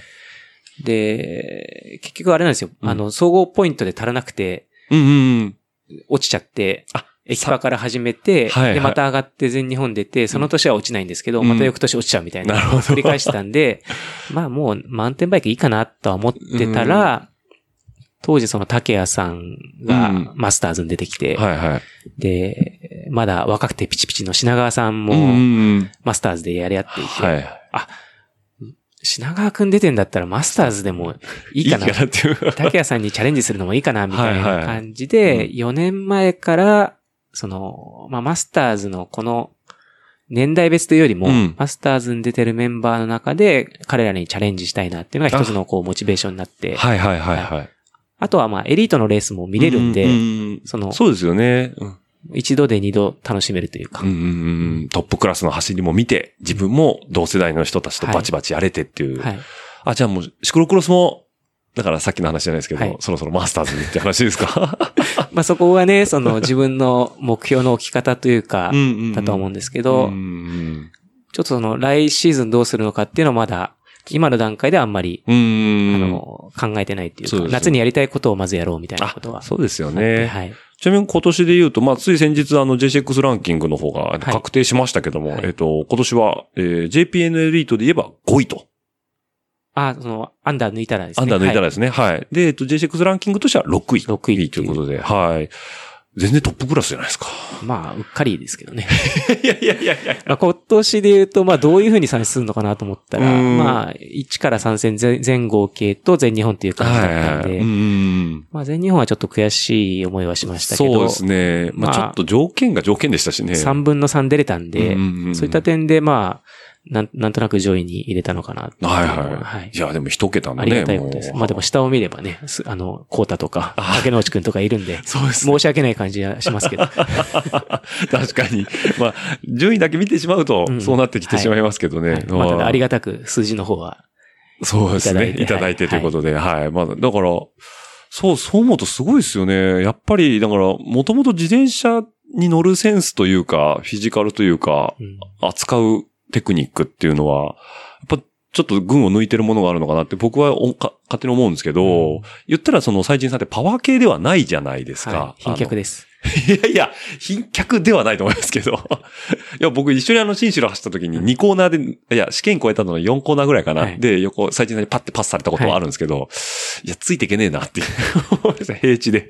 S1: で、結局あれなんですよ、
S2: うん
S1: あの、総合ポイントで足らなくて、
S2: うんうんうん。
S1: 落ちちゃって、
S2: あ
S1: 駅パから始めて、
S2: はいはい
S1: で、また上がって全日本出て、その年は落ちないんですけど、
S2: うん
S1: また翌年落ちちゃうみたいな、
S2: なるほど
S1: 繰り返してたんで、 まあもう、マウンテンバイクいいかなとは思ってたら、当時その竹谷さんが
S2: うん
S1: マスターズに出てきて、
S2: はいはい。
S1: で、まだ若くてピチピチの品川さん
S2: うんう
S1: も
S2: んうん
S1: マスターズでやり合っていて、
S2: はい。
S1: あ、品川くん出てんだったらマスターズでもいいかな。
S2: っていう。
S1: 竹谷さんにチャレンジするのもいいかな、みた
S2: は
S1: い
S2: いは
S1: ない感じ
S2: う
S1: で、
S2: ん
S1: 4年前から、その、まあ、マスターズのこの、年代別というよりも、
S2: うん
S1: マスターズに出てるメンバーの中で、彼らにチャレンジしたいなっていうのが一つのこう、モチベーションになって、あ
S2: はいはいはいはい。
S1: とはまあ、エリートのレースも見
S2: 見
S1: れるんで、そ
S2: そ
S1: の
S2: の。そうですよね。うん
S1: 一度で二度楽しめるというか、
S2: うんうんうんトップクラスの走りも見て、自分も同世代の人たちとバチバチやれてっていう。
S1: はい。
S2: あ、じゃあもう、シクロクロスも、だからさっきの話じゃないですけど、
S1: はい
S2: そろそろマスターズにって話ですか
S1: まあ、そこはね、その自分の目標の置き方というか、だとは思うん
S2: で
S1: ですけ
S2: す
S1: ど、ちょっとその来シーズンどうするのかっていうのはまだ、今の段階ではあんまり、あの、考えてないっていう
S2: そう
S1: か、
S2: です
S1: 夏にやりたいことをまずやろうみたいなことは。
S2: そうですよね。
S1: はい。
S2: ちなみに今年で言うと、まあ、つい先日あの JCX ランキングの方があの
S1: はい
S2: 確定しましたけども、
S1: はい
S2: えっと、今年は、えー JPN エリートで言えば5位と。
S1: あ、その、アンダー抜いたらですね。
S2: アンダー抜いたら
S1: はい
S2: ですね。はい。で、えっと、JCX ランキングとしては6位。
S1: 6位
S2: ということで、はい。全然トップクラスじゃないですか。
S1: まあ、うっかりですけどね。
S2: いやいやいやいや。
S1: まあ、今年で言うと、まあ、どういうふうに算出するのかなと思ったら、
S2: うん
S1: まあ、1から3戦前前後系と全日本っていう感じだったん
S2: はい。
S1: で、
S2: うん。
S1: まあ、全日本はちょっと悔しい思いはしましたけど、
S2: そうですね。ま
S1: ま
S2: あ、
S1: あ
S2: ちょっと条件が条件でしたしね。
S1: 3分の3出れたん
S2: う
S1: で、
S2: んうんうん
S1: そういった点で、まあ、なんなんとなく上位に入れたのかなっていうの
S2: はいはい。
S1: はい
S2: い、や、でも一桁のね。
S1: ありがたいことです。
S2: もう
S1: まあでも下を見ればね、すあの、コータとか、竹之内くんとかいるん で、
S2: そうですね
S1: 申し訳ない感じはしますけど。
S2: 確かに。まあ、順位だけ見てしまうと
S1: う、ん
S2: そうなってきてしまいますけどね。
S1: まあただあり
S2: が
S1: がたく数字の方は。
S2: そうですね。
S1: い
S2: いた
S1: ただ
S2: だ
S1: い
S2: い
S1: て
S2: てということで、はい、まあ、だから、そう、そう思うとすごいですよね。やっぱり、だから、もともと自転車に乗るセンスというか、フィジカルというか
S1: う、ん
S2: 扱うテクニックっていうのは、やっぱ、ちょっと群を抜いてるものがあるのかなって僕はおか勝手に思うんですけど、言ったらその最人さんってパワー系ではないじゃないですか。
S1: はい貧
S2: あの
S1: 脚です。
S2: いやいや、貧脚ではないと思いますけど。 いや、僕一緒にあの、新城走った時に2コーナーで、いや、試験超えたの4コーナーぐらいかな。
S1: はい
S2: で、横、最近にパッてパスされたことはあるんですけど、い、や、ついていけねえなっていう。 平地で。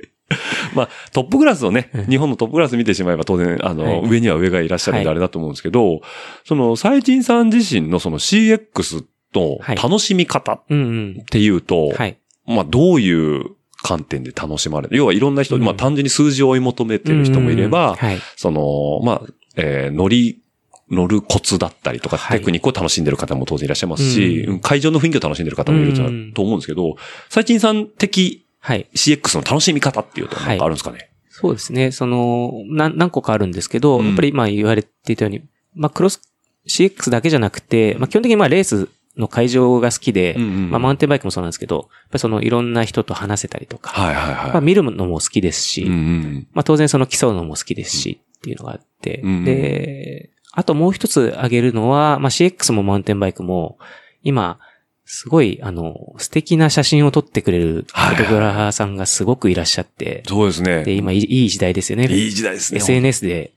S2: まあ、トップクラスをね
S1: うん、
S2: 日本のトップクラス見てしまえば当然、あの、
S1: はい
S2: 上には上がいらっしゃるんで
S1: は
S2: あ
S1: い
S2: れだと思うんですけど、その、最近さん自身のその CX の
S1: はい
S2: 楽しみ方っ
S1: うん
S2: ていうと、
S1: うん。はい。
S2: まあ、どういう観点で楽しまれる要はいろんな人、
S1: うん
S2: まあ、単純に数字を追い求めてる人もいれば、
S1: うんはい。
S2: その、まあ、えー乗り、乗るコツだったりとか、
S1: はい
S2: テクニックを楽しんでる方も当然いらっしゃいますし、
S1: うん
S2: うん会場の雰囲気を楽しんでる方もいると
S1: うん
S2: と思うんですけど、最近さん的
S1: はい。
S2: CX の楽しみ方っていうとなんかあるんですかね、
S1: そうですね。その、なん何個かあるんですけど、
S2: うん
S1: やっぱり今言われていたように、まあクロス CX だけじゃなくて、まあ基本的にまあレースの会場が好きで、
S2: うんうん
S1: まあマウンテンバイクもそうなんですけど、やっぱりそのいろんな人と話せたりとか、
S2: はいはいはい。
S1: まあ見るのも好きですし、
S2: うんうん
S1: まあ当然その競うのも好きですしっていうのがあって、
S2: うん
S1: で、あともう一つ挙げるのは、まあ CX もマウンテンバイクも、今、すごい、あの、素敵な写真を撮ってくれるフォトグラファーさんがすごくいらっしゃって、
S2: そうですね。
S1: で、今いいいい時代ですよね。
S2: いい時代ですね。
S1: SNS で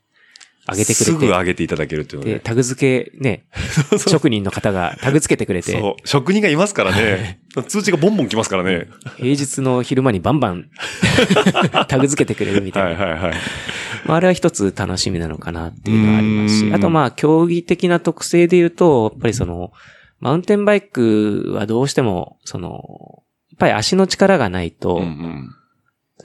S1: 上げてく
S2: すぐ
S1: れ
S2: 上げていただけるっていうの
S1: て、で、
S2: で。
S1: タグ付 けね、職人の方がタグ付けてくれて、
S2: そう。職人がいますからね。通知がボンボン来ますからね。
S1: 平日の昼間にバンバン タグ付けてくれるみたいな
S2: は。いはいはい。
S1: まあ、あれは一つ楽しみなのかなっていうのはあります
S2: う
S1: し、
S2: ん
S1: あとまあ、競技的な特性で言うと、やっぱりその、マウンテンバイクはどうしても、その、やっぱり足の力がないと、
S2: うんうん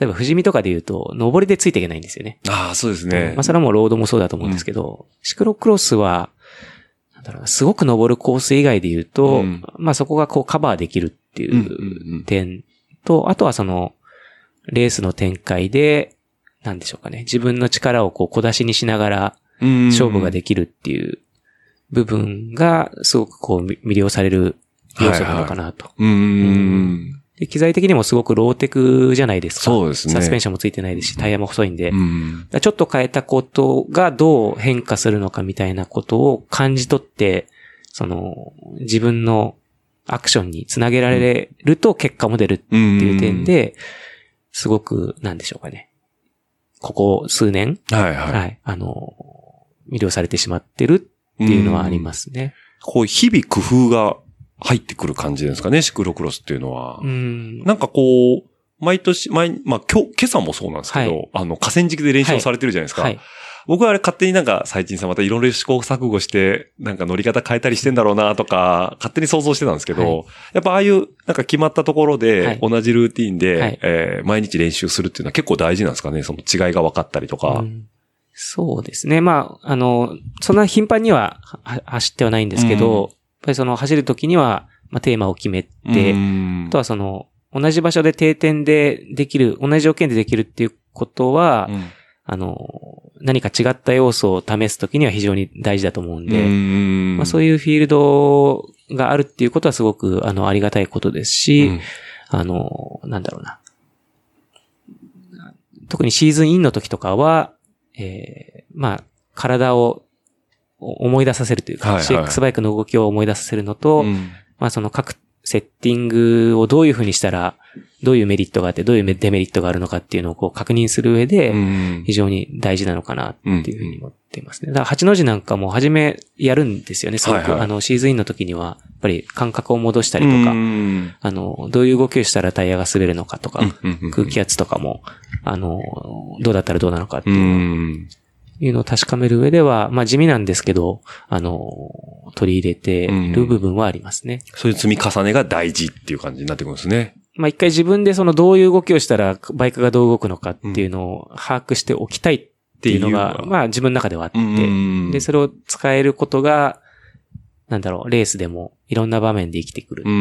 S1: 例えば、富士見とかで言うと、上りでついていけないんですよね。
S2: ああ、そうですね
S1: まあ、。それはもうロードもそうだと思うんですけど、シクロクロスは、なんだろうな、すごく上るコース以外で言うと、
S2: うん
S1: まあ、そこがこうカバーできるってい
S2: うんうんう
S1: うん点と、あとはその、レースの展開で、なんでしょうかね、自分の力をこう小出しにしながら勝
S2: 勝
S1: 負ができるっていう部分が、すごくこう魅了される要素なのかなと。
S2: うんうんうん
S1: で機材的にもすごくローテクじゃないですか。
S2: そうですね
S1: サスペンションもついてないですし、タイヤも細いんで、
S2: うん。うん
S1: だからちょっと変えたことがどう変化するのかみたいなことを感じ取って、その、自分のアクションにつなげられると結果も出るって
S2: って
S1: いう点、で、すごく、なんでしょうかね。ここ数年、
S2: はいはい。
S1: はい、あの、魅了されてしまってるっていうのはありますね。
S2: こう、日々工夫が入ってくる感じですかね、シクロクロスっていうのは。
S1: うん。
S2: なんかこう、毎年、毎、まあ今日、今朝もそうなんですけど、
S1: は
S2: あの、河川敷で練習をされてるじゃないですか。
S1: はい。
S2: 僕はあれ勝手になんか、最近さんまたいろいろ試行錯誤して、なんか乗り方変えたりしてんだろうなとか、勝手に想像してたんですけど、
S1: は
S2: やっぱああいう、なんか決まったところ
S1: は
S2: で
S1: い、
S2: 同じルーティンで、
S1: はい
S2: えー毎日練習するっていうのは結構大事なんですかね、その違いが分かったりとか。
S1: うんそうですね。まあ、あの、そんな頻繁にははは走ってはないんですけ
S2: う
S1: ど、
S2: ん
S1: やっぱりその走る時には、まあ、テーマを決めて、
S2: うん
S1: あとはその、同じ場所で定点でできる、同じ条件でできるっていうことは、
S2: うん
S1: あの、何か違った要素を試すときには非常に大事だと思うんで、
S2: うん
S1: まあ、そういうフィールドがあるっていうことはすごく、あの、ありがたいことですし、
S2: うん
S1: あの、なんだろうな。特にシーズンインの時とかは、えーまあ、体をお思い出させるという
S2: は
S1: か、
S2: いはい
S1: CX バイクの動きを思い出させるのと、
S2: うん
S1: まあその各セッティングをどういうふうにしたら、どういうメリットがあって、どういうデメリットがあるのかっていうのをこう確認する上で、
S2: うん
S1: 非常に大事なのかなっていうふうに思っていますね。だから八の字なんかも初めやるんですよね、すごく。
S2: はいはい
S1: あの、シーズンインの時には、やっぱり感覚を戻したりとか、
S2: うん
S1: あの、どういう動きをしたらタイヤが滑るのかとか、
S2: うんうん
S1: 空気圧とかも、あの、どうだったらどうなのかって
S2: う
S1: いうんいうのを確かめる上では、まあ地味なんですけど、あの、取り入れてる部分はありますね。
S2: そういう積み重ねが大事っていう感じになってくるんですね。
S1: まあ、一回自分でそのどういう動きをしたらバイクがどう動くのかっていうのを把握しておきたいっていうの
S2: って
S1: が、
S2: いうのが
S1: まあ自分の中ではあって、
S2: うん
S1: で、それを使えることが、なんだろう、レースでもいろんな場面で生きてくるっていう。
S2: う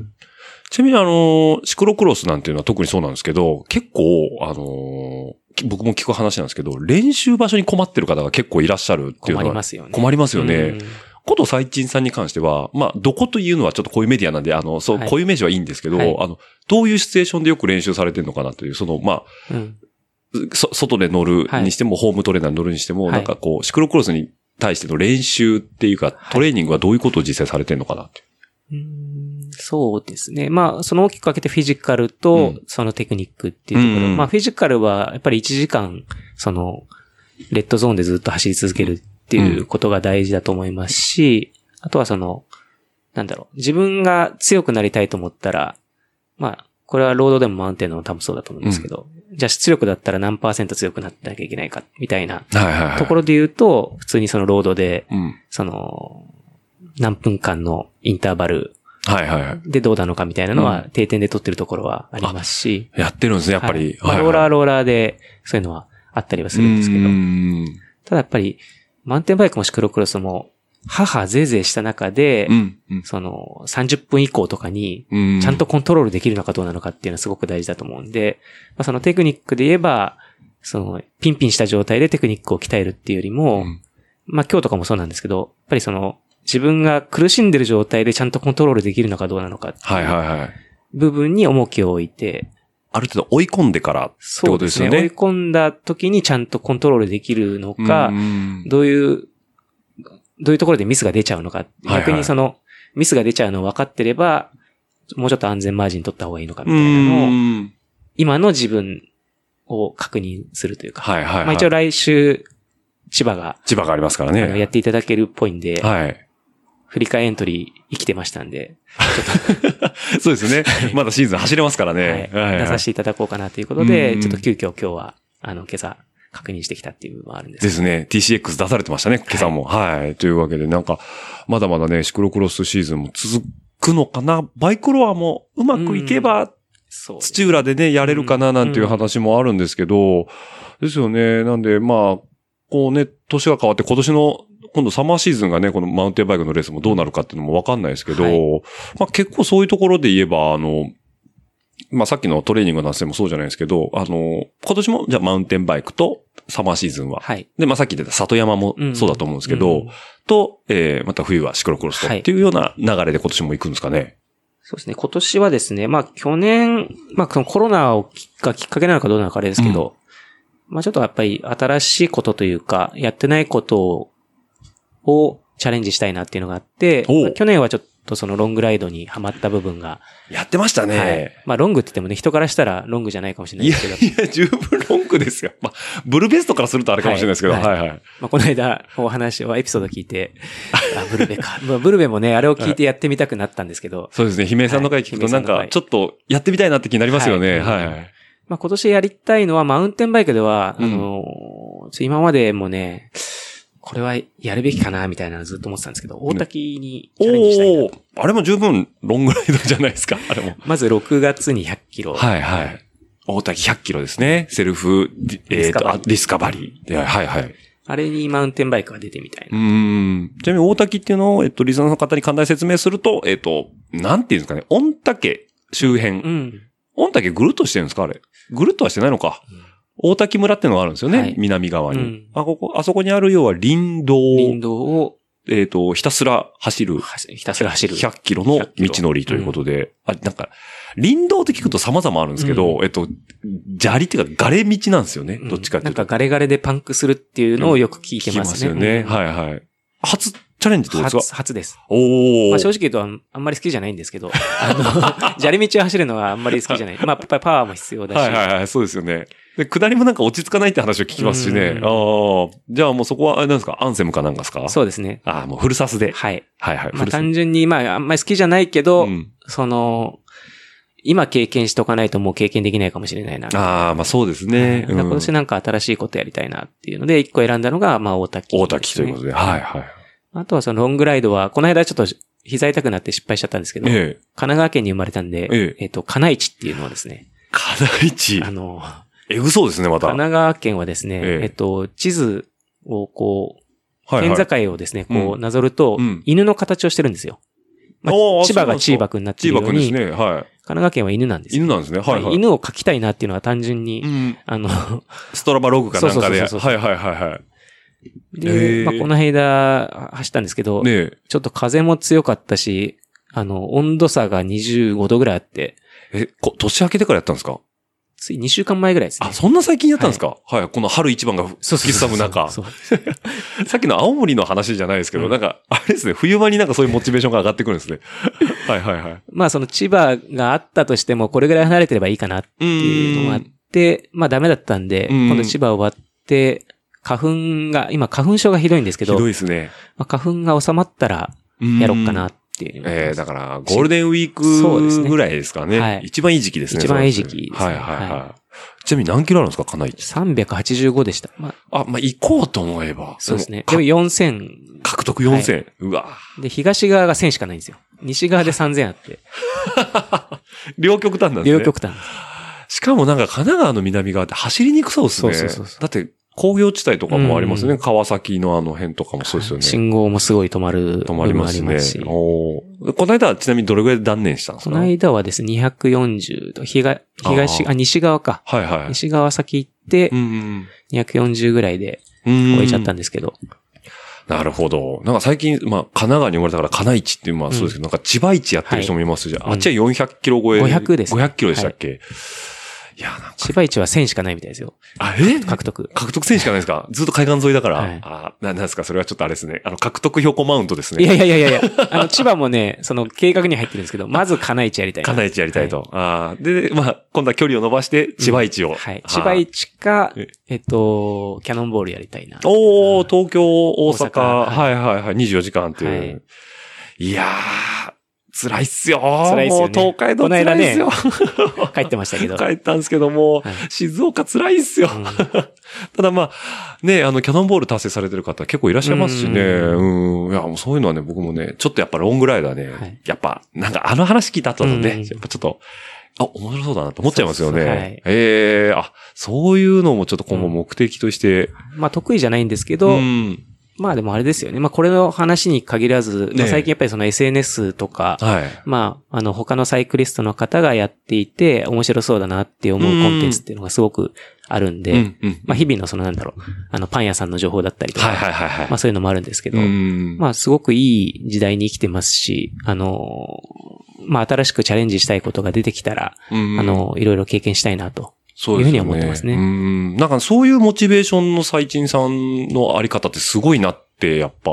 S2: んちなみにあの、シクロクロスなんていうのは特にそうなんですけど、結構、あの、き僕も聞く話なんですけど、練習場所に困ってる方が結構いらっしゃるっていうのは
S1: 困りますよね
S2: 困りますよね。
S1: うん
S2: こと最賃さんに関しては、まあ、どこというのはちょっとこういうメディアなんで、あの、そう、
S1: はい
S2: こういう名詞はいいんですけど、
S1: はい
S2: あの、どういうシチュエーションでよく練習されてるのかなという、その、まあ、
S1: うん
S2: そ外で乗るにしても、ホームトレーナーに乗るにしても、
S1: はい
S2: なんかこう、シクロクロスに対しての練習っていうか、トレーニングはどういうことを実際されてるのかなって。
S1: うんそうですね。まあ、その大きく分けてフィジカルと
S2: うん、
S1: そのテクニックっていうところ。
S2: うんうん
S1: まあ、フィジカルは、やっぱり1時間、その、レッドゾーンでずっと走り続けるっていうことが大事だと思いますし、あとはその、なんだろう、自分が強くなりたいと思ったら、まあ、これはロードでもマウンテンでも多分そうだと思うんですけど、じゃあ出力だったら何パーセント強くなってなきゃいけないか、みたいな
S2: はいはいはい。
S1: ところで言うと、普通にそのロードで、
S2: うん。
S1: その、何分間のインターバル
S2: はいはいはい。
S1: でどうなのかみたいなのは、
S2: う
S1: 定点で撮ってるところはありますし。
S2: やってるんですね、やっぱり。
S1: はいまあ
S2: はい
S1: ローラー
S2: ー
S1: ローラーで、そういうのはあったりはするんですけど。ただやっぱり、マウンテンバイクもシクロクロスも、母ぜいぜいした中で、
S2: うん。うん
S1: その、30分以降とかに、
S2: うん。
S1: ちゃんとコントロールできるのかどうなのかっていうのはすごく大事だと思うんで、まあ、そのテクニックで言えば、その、ピンピンした状態でテクニックを鍛えるっていうよりも、
S2: うん
S1: まあ今日とかもそうなんですけど、やっぱりその、自分が苦しんでる状態でちゃんとコントロールできるのかどうなのかって
S2: はいいうはいはい。
S1: 部分に重きを置いて、
S2: ある程度追い込んでからって
S1: そ
S2: こ
S1: う
S2: と
S1: で
S2: ですすよ
S1: ね。
S2: ね。
S1: 追い込んだ時にちゃんとコントロールできるのか、
S2: うん
S1: どういう、どういうところでミスが出ちゃうのか。
S2: はいはい
S1: 逆にその、ミスが出ちゃうのを分かってれば、もうちょっと安全マージン取った方がいいのかみたいなのを、
S2: うん
S1: 今の自分を確認するというか。
S2: はいはいはい。
S1: まあ一応来週、千葉が、
S2: 千葉がありますから
S1: あの
S2: ね。
S1: やっていただけるっぽいんで、
S2: はい。
S1: 振り替えエントリー生きてましたんで、
S2: そうですね。まだシーズン走れますから
S1: は
S2: ね
S1: い。
S2: はいはい
S1: 出させていただこうかなということ
S2: う
S1: で、
S2: んうん
S1: ちょっと急遽今日は、あの、今朝確認してきたっていう部分はあるんですけ
S2: で
S1: ど。
S2: すね。TCX 出されてましたね、今朝も。はい、というわけで、なんか、まだまだね、シクロクロスシーズンも続くのかな。バイクロアもうまくいけば、
S1: そうです。
S2: 土浦でね、やれるかな、なんていう話もあるんですけど、ですよね。なんで、まあ、こうね、年が変わって今年の、今度サマーシーズンがね、このマウンテンバイクのレースもどうなるかっていうのもわかんないですけど、
S1: は
S2: まあ結構そういうところで言えば、あの、まあさっきのトレーニングの話でもそうじゃないですけど、あの、今年もじゃあマウンテンバイクとサマーシーズンは
S1: はい。
S2: で、まあさっき言ってた里山も
S1: うん
S2: そうだと思うんですけど、
S1: うん
S2: と、えー、また冬はシクロクロスと
S1: はい
S2: っていうような流れで今年も行くんですかね。
S1: そうですね。今年はですね、まあ去年、まあそのコロナをきっかきっかけなのかどうなのかあれですけど、まあちょっとやっぱり新しいことというか、やってないことを、をチャレンジしたいなっていうのがあって、
S2: おう
S1: まあ去年はちょっとそのロングライドにはまった部分が、
S2: やってましたね。
S1: はいまあロングって言ってもね、人からしたらロングじゃないかもしれない
S2: い
S1: で
S2: や
S1: すけど、
S2: いや、十分ロングですよ。まあ、ブルベストからするとあれかもしれないですけど、は
S1: はいい
S2: はい。
S1: まあ、この間、お話を、エピソード聞いて、あ、ブルベか。 まあ、ブルベもね、あれを聞いてやってみたくなったんですけど、
S2: そうですね、姫井さんの回聞くと
S1: はい
S2: なん
S1: 姫井さんの
S2: か、
S1: 回
S2: ちょっとやってみたいなって気になりますよね。
S1: はい
S2: はい。
S1: まあ、今年やりたいのは、マウンテンバイクでは、
S2: うん
S1: あのの、ちょ今までもね、これはやるべきかな、みたいなのずっと思ってたんですけど、大滝にチャレンジしたいな
S2: おおーあれも十分ロングライドじゃないですか、あれも。
S1: まず6月に100キロ。
S2: はいはい。大滝100キロですね。セルフ、ディえ
S1: ディス
S2: ー
S1: カ
S2: と、
S1: バ
S2: あ
S1: リー
S2: ディスカバリー。ではいはい。
S1: あれにマウンテンバイクが出てみたいうな。
S2: ーん。ちなみに大滝っていうのを、えっと、リスナーの方に簡単に説明すると、えっと、なんていうんですかね、御嶽周辺。
S1: うん。
S2: 御嶽ぐるっとしてるんですかあれ。ぐるっとはしてないのか。大滝村っていうのがあるんですよね。
S1: はい
S2: 南側に、
S1: うん
S2: あ、ここ、あそこにある要は林道。
S1: 林道を
S2: えっ、と、ひたすら走る。
S1: 走ひたすら走る。
S2: 100キロの道のりということで、あ、なんか、林道って聞くと様々あるんですけど、えっと、砂利っていうか、ガレ道なんですよね。
S1: うん
S2: どっちかって
S1: ないん
S2: うと。
S1: かガレガレでパンクするっていうのをよく聞いて
S2: 聞き
S1: ま
S2: ますす
S1: ね。
S2: よね。
S1: い。
S2: はいはい。初チャレンジどうですか
S1: 初、初です。
S2: おー。
S1: まあ正直言うとあん、あんまり好きじゃないんで すけど、あの、砂 利道を走るのはあんまり好きじゃない。まあ、やっぱりパワーも必要だし。
S2: はいはいはい、そうですよね。で、下りもなんか落ち着かないって話を聞きますしね
S1: う。ん
S2: ああ。じゃあもうそこは、あれなんですかアンセムかなんかですか
S1: そうですね。
S2: ああ、もうフルサスで。
S1: はい。
S2: はいはい、フ
S1: まあ
S2: ルサス。
S1: 単純に、まああんまり好きじゃないけ
S2: う
S1: ど、
S2: ん
S1: その、今経験しとかないともう経験できないかもしれないな。
S2: ああ、まあそうです
S1: はい
S2: ね。
S1: だから今年
S2: うん
S1: なんか新しいことやりたいなっていうので、一個選んだのが、まあ大滝、
S2: 大滝ということで。はいはい。
S1: あとはそのロングライドは、この間ちょっと膝痛くなって失敗しちゃったんですけど、神
S2: ええ。
S1: 奈川県に生まれたんで、
S2: え
S1: えっ、と、金市っていうのはですね、
S2: 金市
S1: あ。の、
S2: えぐそうですね、また。
S1: 神奈川県はですね、
S2: ええ
S1: えっ、と、地図をこう、
S2: はいはい
S1: 県境をですね、こ
S2: う
S1: う、なぞると、
S2: うん
S1: 犬の形をしてるんですよ。まあ
S2: おー
S1: 千
S2: そうな
S1: 葉
S2: ん
S1: が
S2: ですか
S1: 千葉くんになって
S2: チ
S1: い
S2: ー
S1: る
S2: バ
S1: よ
S2: く
S1: う
S2: んです
S1: に、神
S2: ね。は
S1: 奈川県は犬なんで
S2: い。
S1: すよ。
S2: 犬なんですね。はいはい。
S1: 犬を描きたいなっていうのは単純に、
S2: うん。
S1: あの、
S2: ストラバログかなんかで。は
S1: そ
S2: いう
S1: そうそうそ
S2: はいはいはい。へ
S1: で、
S2: ー
S1: まあ、この間走ったんですけど、
S2: ねえ。
S1: ちょっと風も強かったし、あの、温度差が25度ぐらいあって、
S2: え、こ、年明けてからやったんですか
S1: つい2週間前ぐらいですね。
S2: あ、そんな最近やったんですかはい。この春一番が吹き
S1: そう
S2: 寒中。
S1: そう
S2: さっきの青森の話じゃないですけど、
S1: うん
S2: なんか、あれですね、冬場になんかそういうモチベーションが上がってくるんですね。はいはいはい。
S1: まあ、その千葉があったとしても、これぐらい離れてればいいかなっていうのがあって、まあ、ダメだったんで、
S2: うん
S1: 今度千葉終わって、花粉が、今花粉症がひどいんですけ
S2: ひ
S1: ど、
S2: どい
S1: ま
S2: ですね。
S1: あ、花粉が収まったら
S2: うん
S1: やろうかな。っていう。
S2: えー、だから、ゴールデンウィークぐらいですかね。
S1: そうですねはい
S2: 一番いい時期ですね。
S1: 一番いい時期
S2: そうですね
S1: です
S2: はい
S1: ね
S2: はい
S1: は
S2: はい。ちなみに何キロあるんですか、かなり。
S1: 385でした。まあ、
S2: あ、まあ、行こうと思えば。
S1: そうですね。
S2: で
S1: で
S2: も
S1: も
S2: か
S1: 4000、
S2: 獲得4000。うわ
S1: で、東側が1000しかないんですよ。西側で3000あって、
S2: 両極端なんですね。
S1: 両極端。
S2: しかもなんか神奈川の南側って走りにくそうですね。
S1: そうそうそうそう
S2: だって工業地帯とかもありますよね。
S1: うん
S2: 川崎のあの辺とかもそうですよね。
S1: 信号もすごい止まる。
S2: 止まります
S1: 部分もあ
S2: ね
S1: りし。
S2: おーこの間はちなみにどれぐらいで断念したんです
S1: こ
S2: か
S1: の
S2: はい
S1: 間はですね、240度、東、東、
S2: あー
S1: あ西側か。
S2: はい。
S1: 西側先行って
S2: う、ん
S1: 240ぐらいで
S2: うん。
S1: 終えちゃった
S2: うん
S1: んですけど。
S2: なるほど。なんか最近、まあ、神奈川に生まれたから、金市っていう、まあそうですけど、なんか千葉市やってる人もいますじゃん。
S1: はい
S2: あっちは400キロ超え。
S1: 500ですね
S2: 500キロでしたっけ、い、や、なんか、
S1: 千葉市は1000しかないみたいですよ。
S2: あ、え
S1: 獲得。
S2: 獲得選手じゃないですかずっと海岸沿いだから。
S1: はい
S2: あな、なんですかそれはちょっとあれですね。あの、獲得標高マウントですね。
S1: いやいやいやい やいや、あの、千葉もね、その計画に入ってるんですけど、まず金市やりたいな。
S2: かなりやりたいと。ああ。で、まあ、今度は距離を伸ばして、千葉市を。
S1: はい。千葉
S2: 市。
S1: 市か
S2: え、
S1: えっと、キャノンボールやりたいな。
S2: おー、東京、大阪。
S1: 大阪
S2: はいはいはい。24時間っていう。
S1: はい
S2: い、やー、辛いっすよ
S1: 辛いっすよね
S2: もう東海道辛いっすよ。
S1: 帰ってましたけど。
S2: 帰ったんですけども、
S1: はい
S2: 静岡辛いっすよ。
S1: うん
S2: ただまあ、ね、あの、キャノンボール達成されてる方結構いらっしゃいますしね。
S1: う
S2: うん。いや、もうそういうのはね、僕もね、ちょっとやっぱロングライダーね、
S1: はい
S2: やっぱ、なんかあの話聞いた後だと
S1: うん
S2: ね、やっぱちょっと、あ、面白そうだなと思っちゃいますよね。
S1: そうそうそうはい
S2: ええあ、そういうのもちょっと今後目的として、
S1: まあ得意じゃないんですけ
S2: う
S1: ど、
S2: ん。
S1: まあでもあれですよね。まあこれの話に限らず、ま
S2: ね
S1: あ
S2: え
S1: 最近やっぱりその SNS とか、
S2: はい。
S1: まああの他のサイクリストの方がやっていて面白そうだなって思うコンテンツっていうのがすごくあるんで、
S2: うん、うん。
S1: まあ日々のそのなんだろう、あのパン屋さんの情報だったりとか、
S2: はいはいはいはい。
S1: まあそういうのもあるんですけど、
S2: うん。
S1: まあすごくいい時代に生きてますし、あのー、まあ新しくチャレンジしたいことが出てきたら、
S2: うん
S1: あのー、いろいろ経験したいなと。
S2: そ
S1: いうふうには思ってますね
S2: うん。なんかそういうモチベーションの最賃さんのあり方ってすごいなって、やっぱ、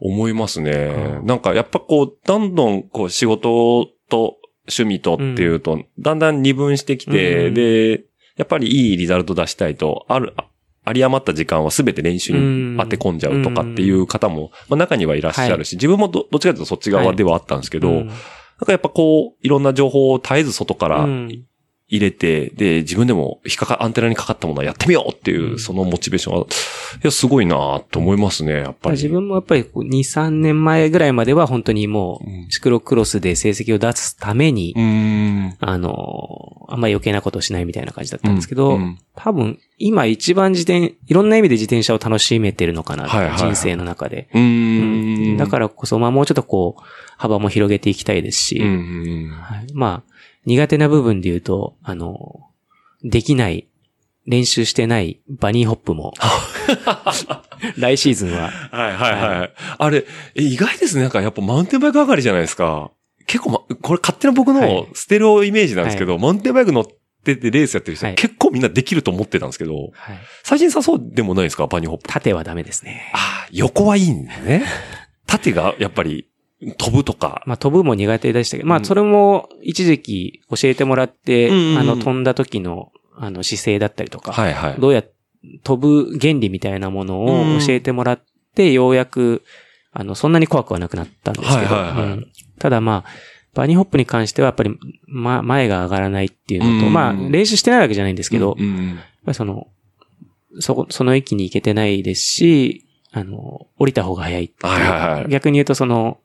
S2: 思いますね。
S1: う
S2: なんかやっぱこう、どんどんこう仕事と趣味とっていうと、だんだん二分してきて、
S1: うん
S2: で、やっぱりいいリザルト出したいと、ある、ああり余った時間は全て練習に当て込んじゃうとかっていう方も、まあ中にはいらっしゃるし、自分もどどっちかというとそっち側ではあったんですけど、
S1: うん
S2: なんかやっぱこう、いろんな情報を絶えず外から
S1: うん
S2: 入れて、で、自分でも引っかか、アンテナにかかったものはやってみようっていうう、
S1: ん
S2: そのモチベーションは、いや、すごいなと思いますね、やっぱり。
S1: 自分もやっぱりこう2、3年前ぐらいまでは本当にも
S2: うん
S1: う、シクロクロスで成績を出すために、
S2: うーん。
S1: あの、あんまり余計なことをしないみたいな感じだったんですけど、
S2: うんうん
S1: 多分今一番自転、いろんな意味で自転車を楽しめてるのかな、
S2: はいはいはい
S1: 人生の中で。
S2: う
S1: う
S2: ー
S1: ん
S2: ん。
S1: だからこそ、まあもうちょっとこう、幅も広げていきたいですし、
S2: うんうん
S1: はい、まあ、苦手な部分で言うと、あの、できない、練習してないバニーホッ プも、来シーズンは、
S2: はいはいはい。あれ、え意外ですね。なんかやっぱマウンテンバイク上がりじゃないですか。結構、ま、これ勝手な僕
S1: はい
S2: のステレオイメージなんですけど、マウンテンバイク乗っててレースやってる人、
S1: はい
S2: 結構みんなできると思ってたんですけど、
S1: はい、
S2: 最近さそうでもないですかバニーホップ。
S1: 縦はダメですね。
S2: ああ、横はいいんだ ね。縦がやっぱり飛ぶとか。
S1: まあ飛ぶも苦手でしたけど、ま
S2: う
S1: あ
S2: ん
S1: それも一時期教えてもらって、
S2: うんうんうん
S1: あの飛んだ時の、あの姿勢だったりとか、
S2: はいはい。
S1: どうや、飛ぶ原理みたいなもの
S2: うん
S1: を教えてもらって、ようやく、あの、そんなに怖くはなくなったんですけど、
S2: はいはいはい
S1: うんただまあ、バニーホップに関してはやっぱり、ま、前が上がらないっていうのと、
S2: うん
S1: まあ、練習してないわけじゃないんですけど、
S2: う
S1: やっ
S2: んうん
S1: ぱりその、そこ、その域に行けてないですし、あの、降りた方が早いっていう
S2: はいはいはい
S1: 逆に言うとその、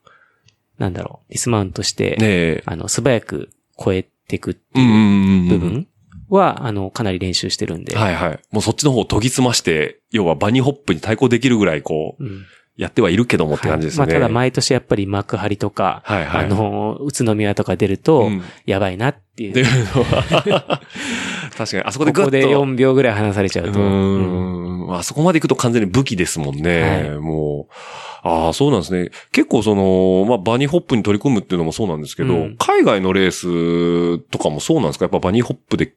S1: なんだろう、ディスマウントして、
S2: ねえ。
S1: あの、素早く超えていくって
S2: うん
S1: いう
S2: うんう
S1: 部
S2: んうん。
S1: 分は、あの、かなり練習してるんで、
S2: はいはい。もうそっちの方を研ぎ澄まして、要はバニーホップに対抗できるぐらいこう、
S1: うん
S2: やってはいるけどもって感じですね。
S1: はいまあ、ただ毎年やっぱり幕張とか、
S2: はいはい
S1: あの、宇都宮とか出ると、
S2: うん
S1: やばいなっていう。
S2: っていうのは、 確かに、あそこで
S1: こ
S2: グッ。
S1: ことで4秒ぐらい離されちゃう
S2: う
S1: と。うん
S2: ーん。あそこまで行くと完全に武器ですもんね。
S1: は
S2: もう。ああ、そうなんですね。結構その、まあ、バニーホップに取り組むっていうのもそうなんですけど、
S1: うん
S2: 海外のレースとかもそうなんですかやっぱバニーホップで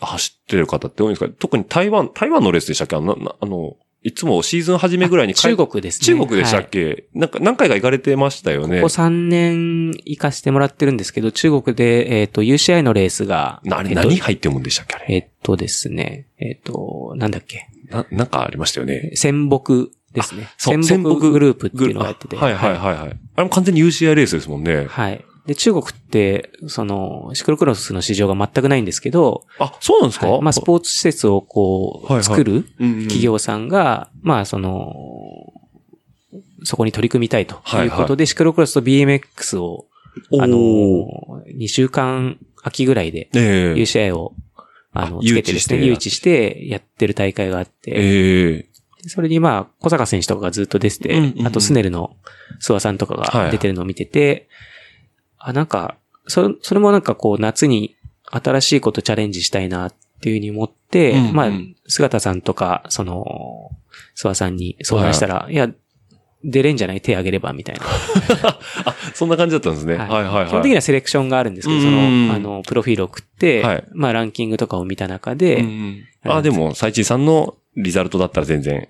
S2: 走ってる方って多いんですか特に台湾、台湾のレースでしたっけあの、なあのいつもシーズン初めぐらいに海
S1: 中国ですね。
S2: 中国でしたっけ、なんか何回か行かれてましたよ
S1: はい
S2: ね。
S1: ここ3年行かしてもらってるんですけど、中国で、えっ、と、UCI のレースが。
S2: なあれ
S1: えっと
S2: 何入ってるもんでしたっけあれ。
S1: えっとですね、えっ、と、なんだっけ、
S2: な、なんかありましたよね。
S1: 戦北ですね。
S2: そう
S1: 戦
S2: 仙
S1: 北
S2: 北
S1: グループっていうのがやってて。
S2: あはいはいはいはい。あれも完全に UCI レースですもんね。
S1: はい。で、中国って、その、シクロクロスの市場が全くないんですけど、
S2: あ、そうなんですか、
S1: はいまあ、スポーツ施設をこ
S2: はいは
S1: う、
S2: い
S1: 作る
S2: 企
S1: 企。業さんが、まあ、その、そこに取り組みたいという
S2: は
S1: こ
S2: いは
S1: とで、シクロクロスと BMX を、あの、2週間秋ぐらいで
S2: ええ
S1: UCI を、あの、
S2: あ
S1: つけてですね、誘
S2: 誘
S1: 致
S2: 致
S1: してやってる大会があって、
S2: ええ
S1: それにまあ、小坂選手とかがずっと出てて、
S2: うんうんうん
S1: あとスネルの諏訪さんとかが出てるのを見てて、あ、なんか、そ、それもなんかこう、夏に新しいことチャレンジしたいなっていうふうに思って、
S2: うんうん
S1: まあ、姿さんとか、その、諏訪さんに相談したら、い、や、出れんじゃない手あげれば、みたいな。
S2: あ、そんな感じだったんですね。はいはいはい。
S1: 基本的にはセレクションがあるんですけど、そ
S2: うんうん
S1: の、あの、プロフィールを送って、
S2: はい
S1: まあ、ランキングとかを見た中で、
S2: うんあ、でも、最賃さんのリザルトだったら全然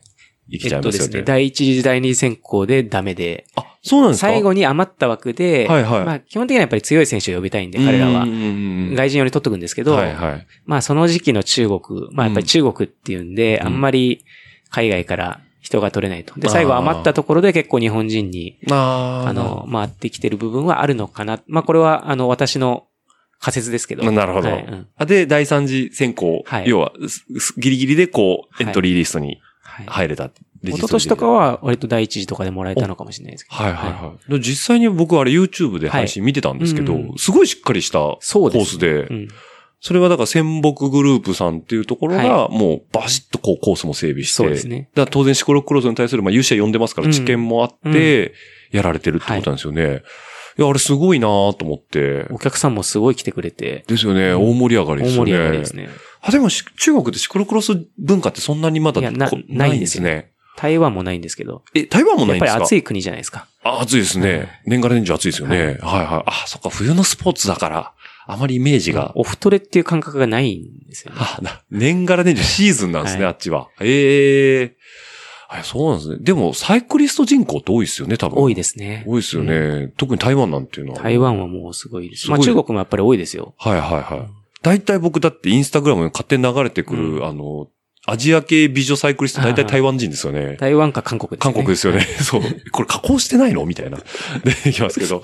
S2: 生きち
S1: え
S2: ゃ
S1: っ
S2: い
S1: と
S2: ま
S1: です
S2: よ
S1: す
S2: ね。
S1: ね、第一次、第二次選考でダメで、
S2: あ、そうなんですか
S1: 最後に余った枠で、
S2: はいはい
S1: まあ基本的にはやっぱり強い選手を呼びたいんで、彼らは
S2: うんう。んうん
S1: 外人用に取っとくんですけど、
S2: はいはい。
S1: まあその時期の中国、まあやっぱり中国っていうんで、
S2: うん
S1: あんまり海外から人が取れないと。で、
S2: あー
S1: 最後余ったところで結構日本人に、
S2: あー
S1: あの、回ってきてる部分はあるのかな。まあこれは、あの、私の仮説ですけど。
S2: ななるほど。
S1: はいうん
S2: あで、第三次選考、
S1: はい
S2: 要は、すすギリギリでこう、エ
S1: はい
S2: ントリーリストに
S1: はい
S2: 入れた。レ
S1: 一
S2: ジス
S1: 昨
S2: トに
S1: 年とかは割と第一次とかでもらえたのかもしれないですけど。
S2: はいはいはい。で実際に僕あれ YouTube で配信見てたんですけど、
S1: うん
S2: すごいしっかりしたコ
S1: そうです
S2: ースで、
S1: うん
S2: それはだから仙北グループさんっていうところが、もうバシッとこうコースも整備して、
S1: そうですね。
S2: だから当然シクロクロスに対する、まあ勇者呼んでますか
S1: う
S2: ら
S1: ん
S2: 知見もあって、やられてるってことなんですよね。い、や、あれすごいなと思って。
S1: お客さんもすごい来てくれて、
S2: ですよね。
S1: うん
S2: 大盛り上が
S1: 大
S2: りですよ
S1: 盛
S2: ね。
S1: り上がりですね。
S2: あ、でもし中国ってシクロクロス文化ってそんなにまだ
S1: いやな
S2: こ
S1: ないんですよ
S2: ね。
S1: 台湾もないんですけど、
S2: え、台湾もな
S1: やっ
S2: いんで
S1: ぱ
S2: す
S1: り
S2: か
S1: 暑い国じゃないですか。
S2: あ、暑いですね。年がら年中暑いですよね。はいはい。あ、そっか、冬のスポーツだから、あまりイメージが。
S1: オフトレっていう感覚がないんですよね。
S2: あ、な年がら年中シーズンなんですね、
S1: は
S2: あっちは。ええあそうなんですね。でも、サイクリスト人口って多いですよね、多分。
S1: 多い
S2: で
S1: ですね。
S2: 多いですよね。特に台湾なんていうのは。
S1: 台湾はもうすごいです。
S2: すご
S1: ま
S2: い
S1: あ中国もやっぱり多いですよ。
S2: はいはいはい。大体僕だってインスタグラムに勝手に流れてくる、
S1: う
S2: あの、アジア系美女サイクリスト大体台湾人ですよね。
S1: 台湾か韓国です
S2: 韓
S1: ね。
S2: 国ですよね。 そう。これ加工してないのみたい な。出てきますけど。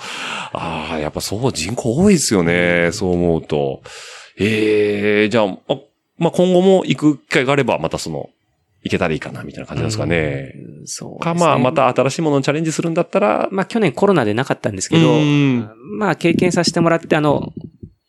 S2: ああ、やっぱそう、人口多いですよね。そう思うと。ええじゃあ、あまあ、今後も行く機会があれば、またその、行けたらいいかな、みたいな感じなんですかね。
S1: うんそう
S2: か、
S1: ですね
S2: まあ、ま。た新しいものにチャレンジするんだったら、
S1: まあ去年コロナでなかったんですけ
S2: う
S1: ど、
S2: ん
S1: まあ経験させてもらって、あの、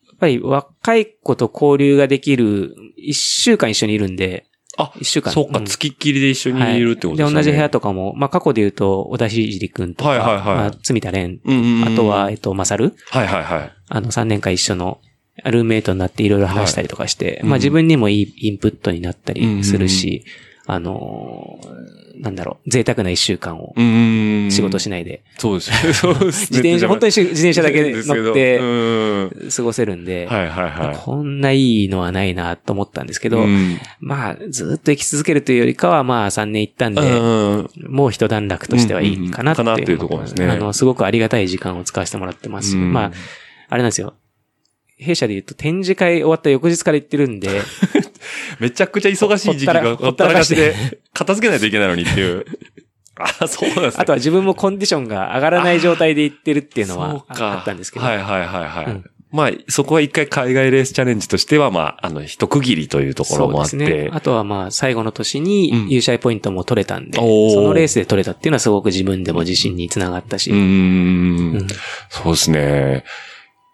S1: やっぱり若い子と交流ができる、一週間一緒にいるんで、
S2: あ
S1: 一週間。
S2: そうか、
S1: ん
S2: 付きっきりで一緒にいるってことです
S1: は
S2: よ
S1: い
S2: ね。
S1: 同じ部屋とかも、まあ過去で言うと、小田ひじりくんとか、
S2: はいはいはい
S1: まあ、つみたれん、
S2: うんうんうん
S1: あとは、えっと、まさる、
S2: はいはいはい。
S1: あの3年間一緒の、ルームメイトになっていろいろ話したりとかして、
S2: うん
S1: まあ自分にもいいインプットになったりするし、あのーなんだろう、贅沢な一週間を
S2: うーん。
S1: 仕事
S2: し、
S1: しないで、
S2: そうですね。そうですね
S1: 自転車、本当にし自転車だけで
S2: ですけ
S1: 乗
S2: ど
S1: って
S2: うん。
S1: 過ごせるんで、
S2: はいはいはい。
S1: こんないいのはないなと思ったんですけど、
S2: うん
S1: まあずっと生き続けるというよりかは、まあ3年行ったんで、
S2: うん
S1: もう一段落としてはいいかなって
S2: うんうんうんかなっていうところですね
S1: あの、すごくありがたい時間を使わせてもらってますし、
S2: うん
S1: まあ、あれなんですよ。弊社で言うと展示会終わった翌日から行ってるんで、
S2: めちゃくちゃ忙しい時期が
S1: ほ
S2: ほ
S1: っ
S2: ったたら
S1: らか
S2: かし
S1: し
S2: てで、片付けないといけないのにっていう。 あ、そうなんですね。
S1: あとは自分もコンディションが上がらない状態で行ってるっていうのは
S2: そうか
S1: ああったんですけど、
S2: はいはいはいはい。
S1: うん
S2: まあ、そこは一回海外レースチャレンジとしては、まあ、あの、一区切りというところもあって。
S1: そうですね。あとはまあ、最後の年に
S2: うん
S1: 優勝ポイントも取れたんで、
S2: おー
S1: そのレースで取れたっていうのはすごく自分でも自信につながったし、
S2: う
S1: うんん。
S2: そうですね。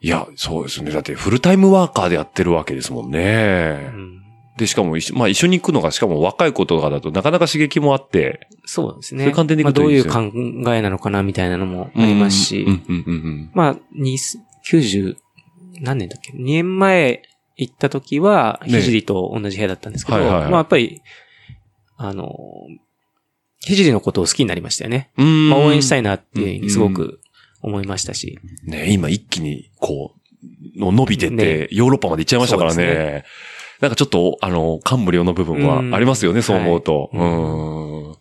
S2: いや、そうですね。だって、フルタイムワーカーでやってるわけですもん
S1: う
S2: ね。
S1: ん
S2: で、しかも一緒、まあ一緒に行くのが、しかも若い子とかだとなかなか刺激もあって。
S1: そうです
S2: そ
S1: ね。
S2: れ観点でい
S1: まあ
S2: くと
S1: どう
S2: い
S1: い
S2: いうですよ
S1: 考えなのかなみたいなのもありますし、
S2: うんうんうんうん
S1: まあ、に90、何年だっけ ?2 年前行った時は、
S2: ね
S1: ひじりと同じ部屋だったんですけど、
S2: はいはいはい
S1: まあやっぱり、あの、ひじりのことを好きになりましたよね。
S2: うん。うん
S1: まあ応援したいなっていうふうにすごく思いましたし、
S2: ね、今一気に、こう、の伸びてって、
S1: ね
S2: ヨーロッパまで行っちゃいましたから
S1: そう
S2: ね。
S1: です
S2: なんかちょっと、あの、感無量の部分
S1: うん
S2: はありますよね、そう思うと。
S1: はいう
S2: うん。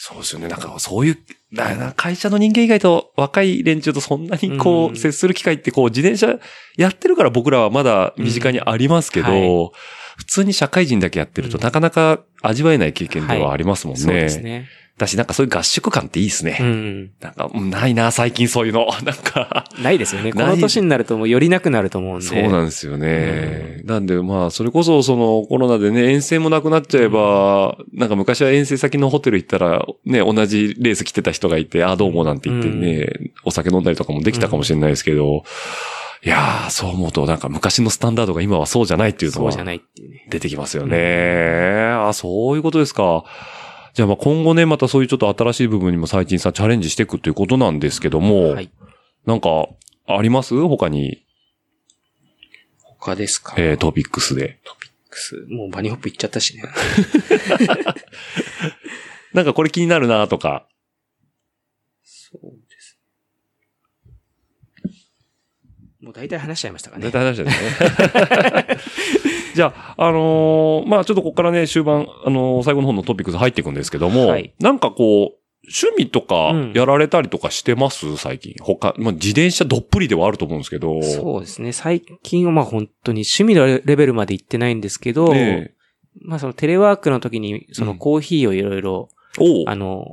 S2: そうですよね。なんかそういう、だな会社の人間以外と若い連中とそんなにこ
S1: うん
S2: う、接する機会ってこう、自転車やってるから僕らはまだ身近にありますけど、
S1: うんは
S2: 普通に社会人だけやってると
S1: うん
S2: なかなか味わえない経験ではありますもんね。
S1: そうですね。
S2: だしなんかそういう合宿感っていいですね。
S1: うん。
S2: なんか、うんないな、最近そういうの。 なんか。
S1: ないですよね。こ
S2: ない
S1: の年になるともうよりなくなると思うんで。
S2: そうなんですよね。なんで、まあ、それこそ、その、コロナでね、遠征もなくなっちゃえば、なんか昔は遠征先のホテル行ったら、ね、同じレース来てた人がいて、あ、どうもなんて言ってね、お酒飲んだりとかもできたかもしれないですけど、いやー、そう思うと、なんか昔のスタンダードが今はそうじゃないっていうの
S1: そう
S2: は
S1: じゃ、ないっていうね。
S2: 出てきますよね。あ、そういうことですか。じゃあ、まあ今後ね、またそういうちょっと新しい部分にも最近さんチャレンジしていくということなんですけども、
S1: はい。
S2: なんか、あります他に、
S1: 他ですか
S2: えートピックスで。
S1: もうバニーホップ行っちゃったしね。
S2: なんかこれ気になるなとか。
S1: そうです。もう大体話しちゃいましたかね
S2: 大。体話だよね。 じゃあ、あのーまあちょっとここからね、終盤、あのー最後の方のトピックス入っていくんですけども、
S1: はい
S2: なんかこう、趣味とか
S1: うん
S2: やられたりとかしてます、最近。他、まあ自転車どっぷりではあると思うんですけど。
S1: そうですね。最近はまあ本当に趣味のレベルまで行ってないんですけど、
S2: ねえ
S1: まあそのテレワークの時にそうの
S2: ん
S1: コーヒーをいろいろ、
S2: おう
S1: あの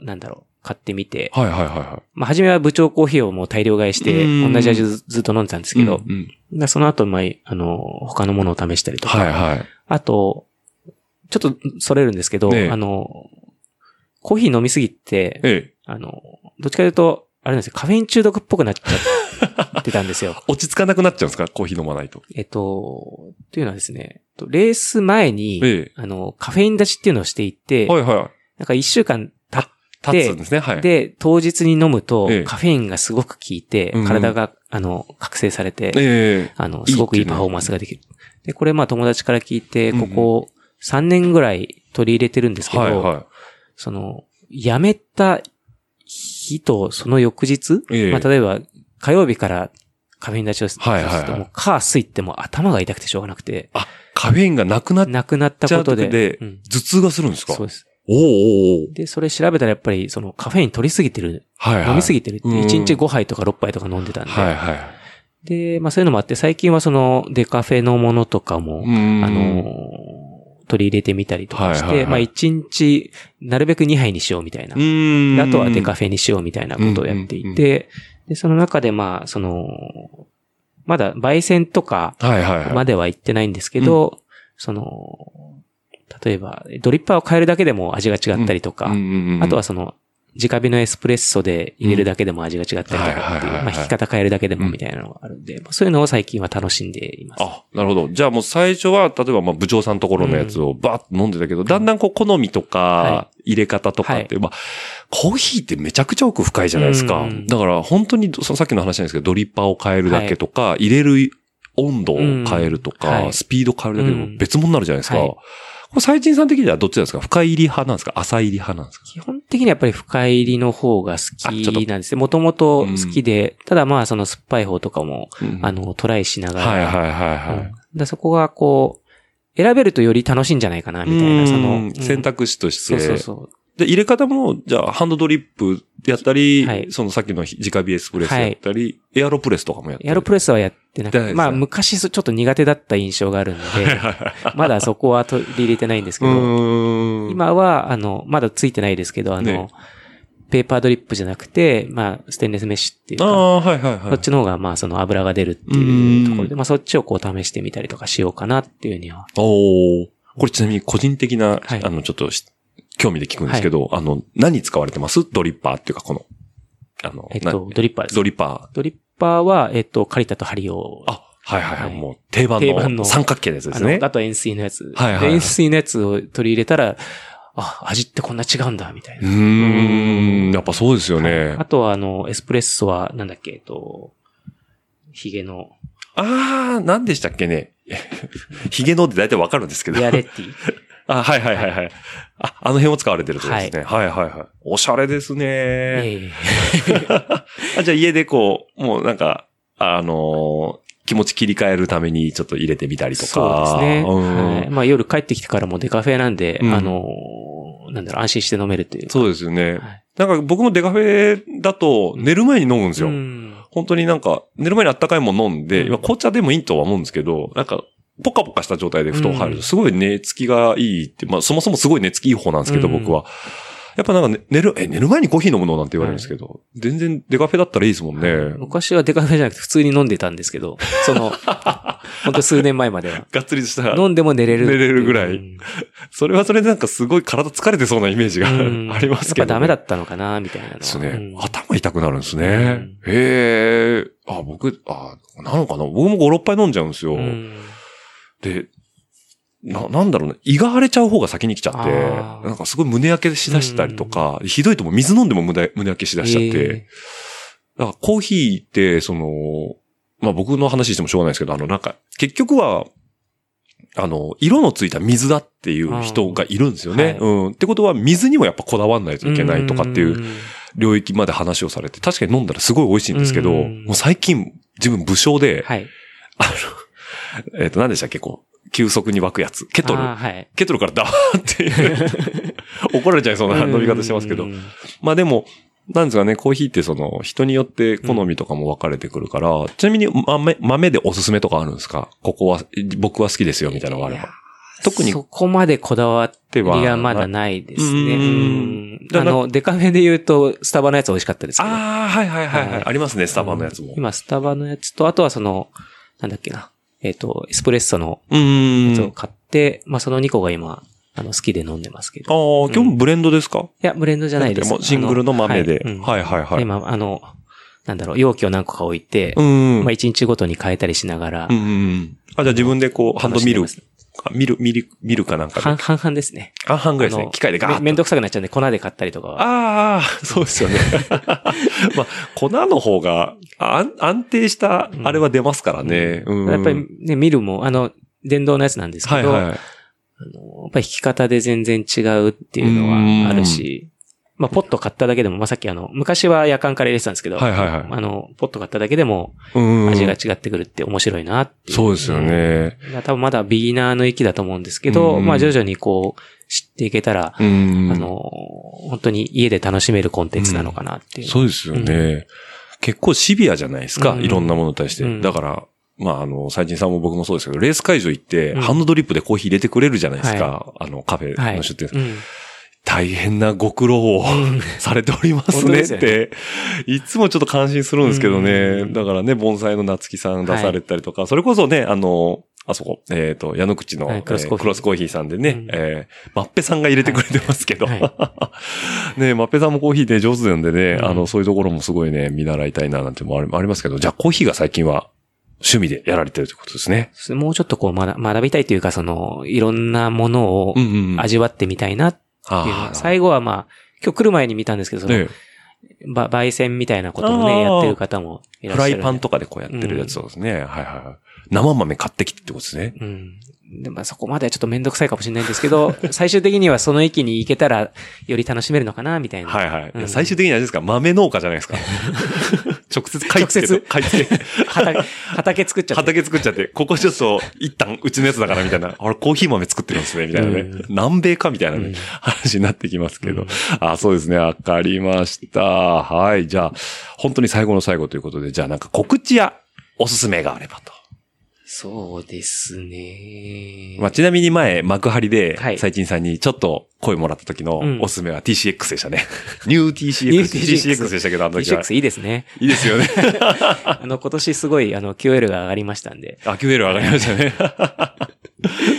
S1: ー、なんだろう、買ってみて、
S2: はいはいはいはい。
S1: まあ初めは部長コーヒーをもう大量買いして、
S2: うん
S1: 同じ味ずずっと飲んでたんですけど
S2: うん、うん
S1: まあその後、まあ、あのー、他のものを試したりとか、
S2: はいはい。
S1: あと、ちょっとそれるんですけど、
S2: ねえ
S1: あのー、コーヒー飲みすぎて、
S2: ええ。
S1: あの、どっちかというと、あれなんですよ、カフェイン中毒っぽくなっちゃってたんですよ。
S2: 落ち着かなくなっちゃうんですかコーヒー飲まないと。
S1: えっと、というのはですね、とレース前に、
S2: え
S1: あの、カフェイン立ちっていうのをしていて、
S2: え。はいは
S1: なんか一週間経っ
S2: い。立つんですね。はい。
S1: て、当日に飲むと、
S2: ええ
S1: カフェインがすごく効いて
S2: うんう、ん
S1: 体が、あの、覚醒されて、
S2: え
S1: あの、すごくい
S2: い
S1: い
S2: いっていうね
S1: パフォーマンスができる。で、これまあ友達から聞いて、
S2: うんう
S1: こ
S2: ん
S1: こ3年ぐらい取り入れてるんです
S2: え。
S1: けど、
S2: はいは
S1: その、辞めた日とその翌日、
S2: ええ
S1: まあ、例えば火曜日からカフェイン立ちをすると、
S2: はいはいはい
S1: もうカースイってもう頭が痛くてしょうがなくて、
S2: い。あ、カフェインがなくなっ
S1: 亡くなったことで、
S2: で、
S1: うん
S2: 頭痛がするんですか
S1: そうです。
S2: おうおうおう
S1: で、それ調べたらやっぱりそのカフェイン取りすぎてる、
S2: はいはい。
S1: 飲みすぎてるって、
S2: うん
S1: 1日5杯とか6杯とか飲んでたんで、
S2: はいはい。
S1: で、まあそういうのもあって、最近はそのデカフェのものとかも、
S2: ん
S1: あのー取り入れてみたりとかして、
S2: はいはいはい
S1: まあ1日、なるべく2杯にしようみたいな。
S2: うん
S1: であとはデカフェにしようみたいなことをやっていて、で、その中でまあ、その、まだ焙煎とか
S2: はいはいは
S1: ま
S2: い。
S1: では行ってないんですけど、その、例えば、ドリッパーを変えるだけでも味が違ったりとか、
S2: うんうんうん
S1: あとはその、直火のエスプレッソで入れるだけでも味が違ったりとかっていう
S2: うんはいはいはいは、い
S1: まあ、引き方変えるだけでもみたいなのがあるんで、まあそういうのを最近は楽しんでいます。
S2: あ、なるほど。じゃあもう最初は、例えばまあ部長さんのところのやつをバーッと飲んでたけど、だんだんこう好みとか
S1: は、
S2: 入れ方とかって、まあ、コーヒーってめちゃくちゃ奥深いじゃないですか。
S1: うん
S2: だから本当に、そのさっきの話なんですけど、ドリッパーを変えるだけとか、入れる温度を変えるとか、
S1: うんはい
S2: スピード変えるだけでも別物になるじゃないですか。
S1: うんはい
S2: これ、最陳さん的にはどっちなんですか深入り派なんですか浅入り派なんですか
S1: 基本的にはやっぱり深入りの方が好
S2: あちょっと
S1: きなんですね。もともと好きで、ただまあその酸っぱい方とかも、あ
S2: の、
S1: の、トライしながら、
S2: はいはいはい
S1: うん
S2: は
S1: だからそこがこう、選べるとより楽しいんじゃないかな、
S2: い。
S1: みたい
S2: うん
S1: な、その、
S2: 選択肢とし
S1: そう
S2: て、
S1: そうそう。
S2: で、入れ方も、じゃあ、ハンドドリップやったり、
S1: はい
S2: そのさっきの直火エスプレスやったり、エアロプレスとかもやったり。
S1: エアロプレスはやってな
S2: やってない
S1: く
S2: です
S1: て、
S2: ね
S1: まあ昔ちょっと苦手だった印象があるんで、 まだそこは取り入れてないんですけ
S2: う
S1: ど、
S2: ーん。
S1: 今は、あの、まだついてないですけど、あ
S2: ね
S1: の、ペーパードリップじゃなくて、まあ、ステンレスメッシュっていう
S2: あ
S1: か、
S2: あ、はいはいはい。
S1: そっちの方が、まあ、その油が出るっていうところ
S2: う
S1: で、まあ、そっちをこう試してみたりとかしようかなっていうには。
S2: おーこれちなみに個人的な、
S1: はい
S2: あの、ちょっとし、興味で聞くんですけど、あの、何使われてますドリッパーっていうか、この、あの、
S1: えっと
S2: な、
S1: ドリッパーです
S2: ド。リッパ
S1: ドリッパーは、えっと、カリタとハリを
S2: ー。あ、はいはいはい。
S1: はい
S2: もう定番
S1: 定
S2: の
S1: 番の
S2: 三角形のやつで
S1: あ
S2: す
S1: の、
S2: ね。
S1: あとは塩水のや
S2: は
S1: つ。
S2: いはいはい
S1: で塩水のやつを取り入れたら、あ、味ってこんな違うんだ、みたいうな。
S2: ーん、やっぱそうですよね。
S1: あとは、あの、エスプレッソは、なんだっけ、えっと、ヒゲの、
S2: ああ、何でしたっけね。 ヒゲのって大体わかるんですけど。
S1: ビアレッティ。
S2: あ、はいはいはいはい。あ、あの辺を使われてるってことですね。はい、はいはいはいおしゃれですね、
S1: ええ
S2: あ。じゃあ家でこう、もうなんか、あのー気持ち切り替えるためにちょっと入れてみたりとか。
S1: そうですね。
S2: うん
S1: はいまあ夜帰ってきてからもデカフェなんで、
S2: うん
S1: あのー、なんだろう、安心して飲めるというか。
S2: そうですよね。
S1: はい
S2: なんか僕もデカフェだと寝る前に飲むんですよ。
S1: うん
S2: 本当になんか寝る前にあったかいもの飲んで、
S1: うん
S2: まあ紅茶でもいいとは思うんですけど、なんか、ポカポカした状態で布団入る
S1: う
S2: と、
S1: ん
S2: すごい寝つきがいいって、まあそもそもすごい寝つきいい方なんですけど、
S1: うん
S2: 僕は。やっぱなんか、ね、寝る、え、寝る前にコーヒー飲むのなんて言われるんですけど、全然デカフェだったらいいですもんね。
S1: 昔はデカフェじゃなくて普通に飲んでたんです けど、その、本当数年前までは。
S2: がっつりした、
S1: 飲んでも寝れるって
S2: 寝
S1: う。
S2: れるぐらい
S1: うん
S2: それはそれでなんかすごい体疲れてそうなイメージが
S1: うん
S2: ありますけど、
S1: やっぱダメだ
S2: た。
S1: ったのかな、みたいなのは。
S2: ですね、
S1: うん
S2: 頭痛くなるんですね。
S1: うん
S2: へえ。あ、僕、あ、なのかな僕も5、6杯飲んじゃうんですよ。
S1: うん
S2: で、な、なんだろうね、胃が荒れちゃう方が先に来ちゃって、
S1: あー
S2: なんかすごい胸焼けしだしたりとか、ひどいともう水飲んでも胸胸焼けしだしちゃって、
S1: え
S2: だからコーヒーって、その、まあ僕の話してもしょうがないですけど、あのなんか、結局は、あの、色のついた水だっていう人がいるんですよね。
S1: う
S2: うん。ってことは、水にもやっぱこだわんないと
S1: え
S2: いけないとかっていう
S1: うん
S2: 領域まで話をされて、確かに飲んだらすごい美味しいんですけど、
S1: うん
S2: もう最近、自分武将で、
S1: はい。
S2: あの、えっ、と、何でしたっけ、こう、急速に湧くやつ。ケトル
S1: あ。ーはい。
S2: ケトルからダーっていう、 怒られちゃいそうな 飲み方してますけど
S1: うん。
S2: まあでも、なんですかね、コーヒーってその、人によって好みとかも分かれてくるから、ちなみに豆、豆でおすすめとかあるんですかここは、僕は好きですよ、みたいなのがあれ
S1: いや
S2: ば。特に
S1: そこまでこだわって
S2: は
S1: はまだないですね。
S2: う
S1: うんん
S2: だか
S1: あ
S2: ら
S1: の、デカフェで言うと、スタバのやつ美味しかったですけど。
S2: ああ、はいはいはい、は
S1: はいい。
S2: ありますね、スタバのやつも。
S1: 今、スタバのやつと、あとはその、なんだっけな。えっと、エスプレッソの
S2: うー
S1: やつを
S2: ん。
S1: 買って、まあその2個が今、あの、好きで飲んでますけ
S2: あ
S1: ど。い
S2: あ、今日もブレンドですか、
S1: や、ブレンドじゃないです。
S2: もうシングルの豆で。
S1: あのはい
S2: はいはいは
S1: うん
S2: い。
S1: 今、あの、なんだろう、容器を何個か置いて
S2: う、ん。
S1: まあ1日ごとに変えたりしながら
S2: うん、うんうん。あ、じゃあ自分でこう、ハンドミル
S1: 楽しんで、
S2: あミル、ミル、ミルかなんかで
S1: 半半々ですね。
S2: あ、半ぐらいです
S1: あ
S2: ね
S1: の。
S2: 機械でガーッ
S1: め
S2: と。
S1: めんどくさくなっちゃうんで、粉で買ったりとかは。
S2: ああ、そうですよ ね。まあ、粉の方が安安定した、あれは出ますからね。うん。
S1: やっぱりね、ミルも、あの、電動のやつなんですけ
S2: はい
S1: ど、
S2: はい。
S1: あのやっぱり弾き方で全然違うっていうのはあるし、まあ、ポット買っただけでも、まあ、さっきあの、昔は夜間から入れてたんですけど、
S2: はいはいはい
S1: あの、ポット買っただけでも
S2: うん。
S1: 味が違ってくるって面白いなっていう。
S2: そうですよね。
S1: だから多分まだビギナーの域だと思うんですけど、
S2: うん
S1: まあ、徐々にこう、知っていけたら、
S2: うん。
S1: あの、本当に家で楽しめるコンテンツなのかなっていう。
S2: そうですよね。結構シビアじゃないですか。
S1: うん
S2: いろんなものに対して。
S1: うん
S2: だから、まあ、あの、最近さんも僕もそうですけど、レース会場行って、
S1: うん
S2: ハンドドリップでコーヒー入れてくれるじゃないですか。あの、カフェの出店。
S1: うん
S2: 大変なご苦労をされております
S1: 本当
S2: ね
S1: で
S2: っ
S1: すよね
S2: て、いつもちょっと感心するんですけど
S1: う
S2: ね。
S1: ん
S2: だからね、盆栽の夏木さん出されたりとか、それこそね、あの、あそこ、えっ、と、矢野口の、
S1: はい
S2: えー
S1: クロスコーヒー
S2: クロスコーヒーさんでね、
S1: うん
S2: えー、マッペさんが入れてくれてますけど、
S1: はい
S2: ね、マッペさんもコーヒーで上手なんでね、
S1: うん
S2: あの、そういうところもすごいね、見習いたいななんてもありありますけど、じゃあコーヒーが最近は趣味でやられてるということですね。
S1: もうちょっとこう学学びたいというか、その、いろんなものを
S2: うんうんうん。
S1: 味わってみたいなっていうのが、
S2: あー
S1: 最後はまあ、今日来る前に見たんですけど、その、
S2: ね
S1: ば焙煎みたいなこともね、
S2: あー
S1: やってる方もいらっ
S2: フ
S1: しゃ
S2: ラ
S1: る。
S2: イパンとかでこうやってるやつをですね。はいはいはい。生豆買ってきてってことですね。
S1: うん。でまあ、そこまではちょっとめんどくさいかもしれないんですけ ど、最終的にはその域に行けたら、より楽しめるのかな、みたいな。
S2: はいはい。いや
S1: うん
S2: 最終的にはあれですか豆農家じゃないです か。直接買い付け
S1: 直
S2: て、買い付け、
S1: 畑、畑作っちゃって。
S2: 畑作っちゃって、ここちょっと一旦うちのやつだからみたいな、あれコーヒー豆作ってるんですね、みたいなね。
S1: うん
S2: 南米かみたいなね、
S1: うん
S2: 話になってきますけど。
S1: うん
S2: あ、そうですね。わかりました。はい。じゃあ、本当に最後の最後ということで、じゃあなんか告知やおすすめがあればと。
S1: そうですね。
S2: まあ、ちなみに前、幕張で、
S1: はい
S2: 最近さんにちょっと声もらった時の
S1: うん
S2: おすすめは TCX でしたね。ニュー TCX。
S1: ニュー
S2: TCX でしたけど、あの時は。
S1: TCX いいですね。
S2: いいです よね。
S1: あの、今年すごい、あの、QL が上がりましたんで。
S2: あ、QL 上がりました ね。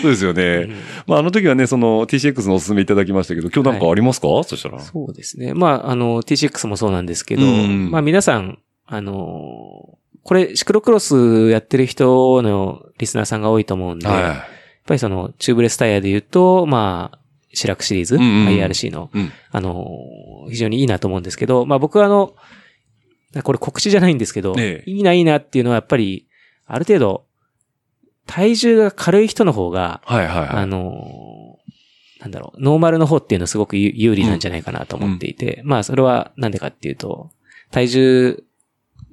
S2: そうですよ
S1: う
S2: ね。
S1: ん
S2: まあ、あの時はね、その TCX のおすすめいただきましたけど、今日なんかありますか、そしたら。
S1: そうですね。まあ、あの、TCX もそうなんですけど、
S2: うん
S1: まあ皆さん、あの、これ、シクロクロスやってる人のリスナーさんが多いと思うんで、やっ
S2: は
S1: ぱりその、チューブレスタイヤで言うと、まあ、シラクシリーズ、
S2: うんうん
S1: IRC の、
S2: い。うん。
S1: あの、非常にいいなと思うんですけど、まあ僕はあの、これ告知じゃないんですけど、
S2: ええ
S1: いいないいなっていうのはやっぱり、ある程度、体重が軽い人の方が、
S2: はいはいは
S1: あ
S2: い。
S1: のーなんだろう、ノーマルの方っていうのはすごく有有利なんじゃないかなと思っていて、まあそれはなんでかっていうと、体重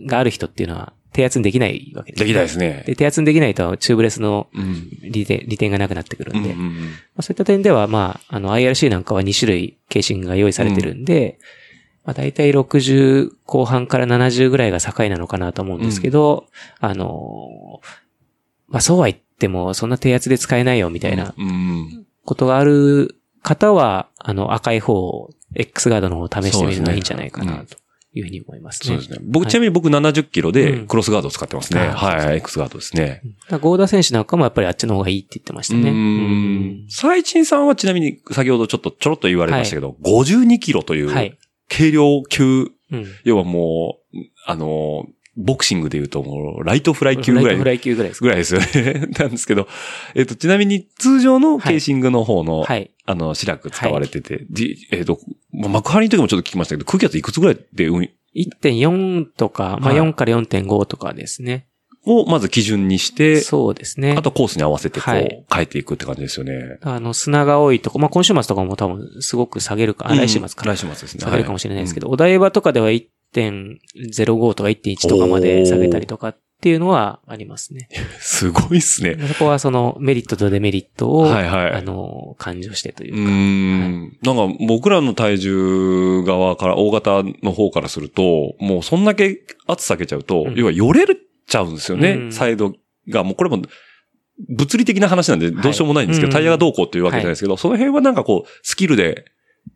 S1: がある人っていうのは手圧にできないわけです、
S2: できないですね。
S1: で、手圧にできないとチューブレスの
S2: うん。
S1: 利点利点がなくなってくる
S2: うんんう
S1: で、
S2: んう
S1: ま
S2: ん。
S1: あ、そういった点では、まあ、あの IRC なんかは2種類形信が用意されてるんで、まあ大体60後半から70ぐらいが境なのかなと思うんですけど、あのーまあそうは言ってもそんな低圧で使えないよみたいな
S2: うんうん。
S1: ことがある方は、あの、赤い方を、X ガードの方を試してみるのがいいんじゃないかな、というふうに思います
S2: そう
S1: ね。
S2: ですね。僕、
S1: はい
S2: ちなみに僕70キロ
S1: う
S2: で
S1: ん
S2: クロスガードを使ってますね。
S1: あそう
S2: は
S1: そ
S2: いうはい、X ガードですね。
S1: だからゴーダ選手なんかもやっぱりあっちの方がいいって言ってましたね。
S2: う
S1: うん
S2: ん。最賃さんはちなみに先ほどちょっとちょろっと言われましたけど、52キロとい、
S1: はいう
S2: 軽量級、
S1: うん。
S2: 要はもう、あの、ボクシングで言うともう、ライトフライ級ぐ
S1: ラ
S2: ら
S1: イトフラ
S2: い、
S1: イ級ぐらいですか
S2: ぐらいですよね。 なんですけど、えっと、ちなみに通常のケーシングの方の、
S1: はい。
S2: あの、シラク使われてて、じえっと、まあ幕張の時もちょっと聞きましたけど、空気圧いくつぐらいで運
S1: 1.4とか、ま
S2: は
S1: あ
S2: い
S1: 4から4.5とかですね。
S2: をまず基準にして、
S1: そうですね。
S2: あとコースに合わせてこう、
S1: はい
S2: 変えていくって感じですよね。
S1: あの、砂が多いとこ、まあ今週末とかも多分すごく下げるか、あ来週末か
S2: うん来週末ですね。
S1: 下げるかもしれないですけど、お台場とかでは1.05とか1.1とかまで下げたりとかっていうのはありますね。
S2: すごいっすね。
S1: そこはそのメリットとデメリットを、
S2: はいはい。
S1: あの、感情してといううか。
S2: ん。なんか僕らの体重側から、大型の方からすると、もうそんだけ圧下げちゃうと、
S1: うん
S2: 要はよれるちゃうんですよね、
S1: うん
S2: サイドが。もうこれも、物理的な話なんで
S1: い
S2: どうしようもないんですけど、
S1: うん
S2: タイヤがどうこうっていうわけじゃないですけど、その辺はなんかこう、スキルで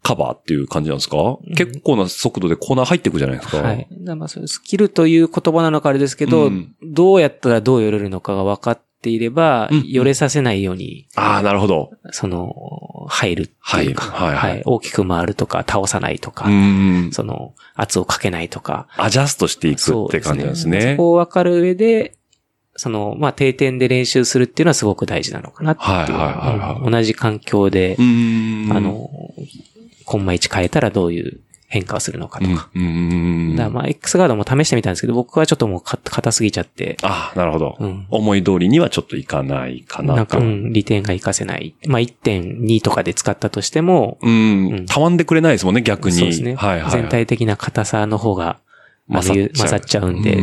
S2: カバーっていう感じなんですか、
S1: ん
S2: 結構な速度でコーナー入っていくじゃないですか。
S1: はい。だからまあそういうスキルという言葉なのかあれですけど、
S2: うん
S1: どうやったらどう寄れるのかが分かっていれば、
S2: うん
S1: 寄れさせないように、
S2: ああ、なるほど。
S1: その、入るっていうか、
S2: 入るはいはい
S1: 大きく回るとか、倒さないとか、
S2: うん。
S1: その、圧をかけないとか。
S2: アジャストしていくって感じなんですね。
S1: そこを分かる上で、その、まあ、定点で練習するっていうのはすごく大事なのかなっていう。
S2: はいはいはいはい
S1: うん同じ環境で、
S2: うん。
S1: あの、コンマ1変えたらどういう変化をするのかとか。
S2: うん、うんうんうん。
S1: だからまあ、X ガードも試してみたんですけど、僕はちょっともうか硬すぎちゃって、
S2: ああ、なるほど、
S1: うん
S2: 思い通りにはちょっといかないかなと。
S1: なんか、うん、利点が活かせない。まあ、1.2とかで使ったとしても、
S2: うん、
S1: うん
S2: たわんでくれないですもんね、逆に。
S1: そうですね。
S2: はいはい。
S1: 全体的な硬さの方が、あの
S2: 勝っちゃう
S1: 勝っちゃうんで、っていう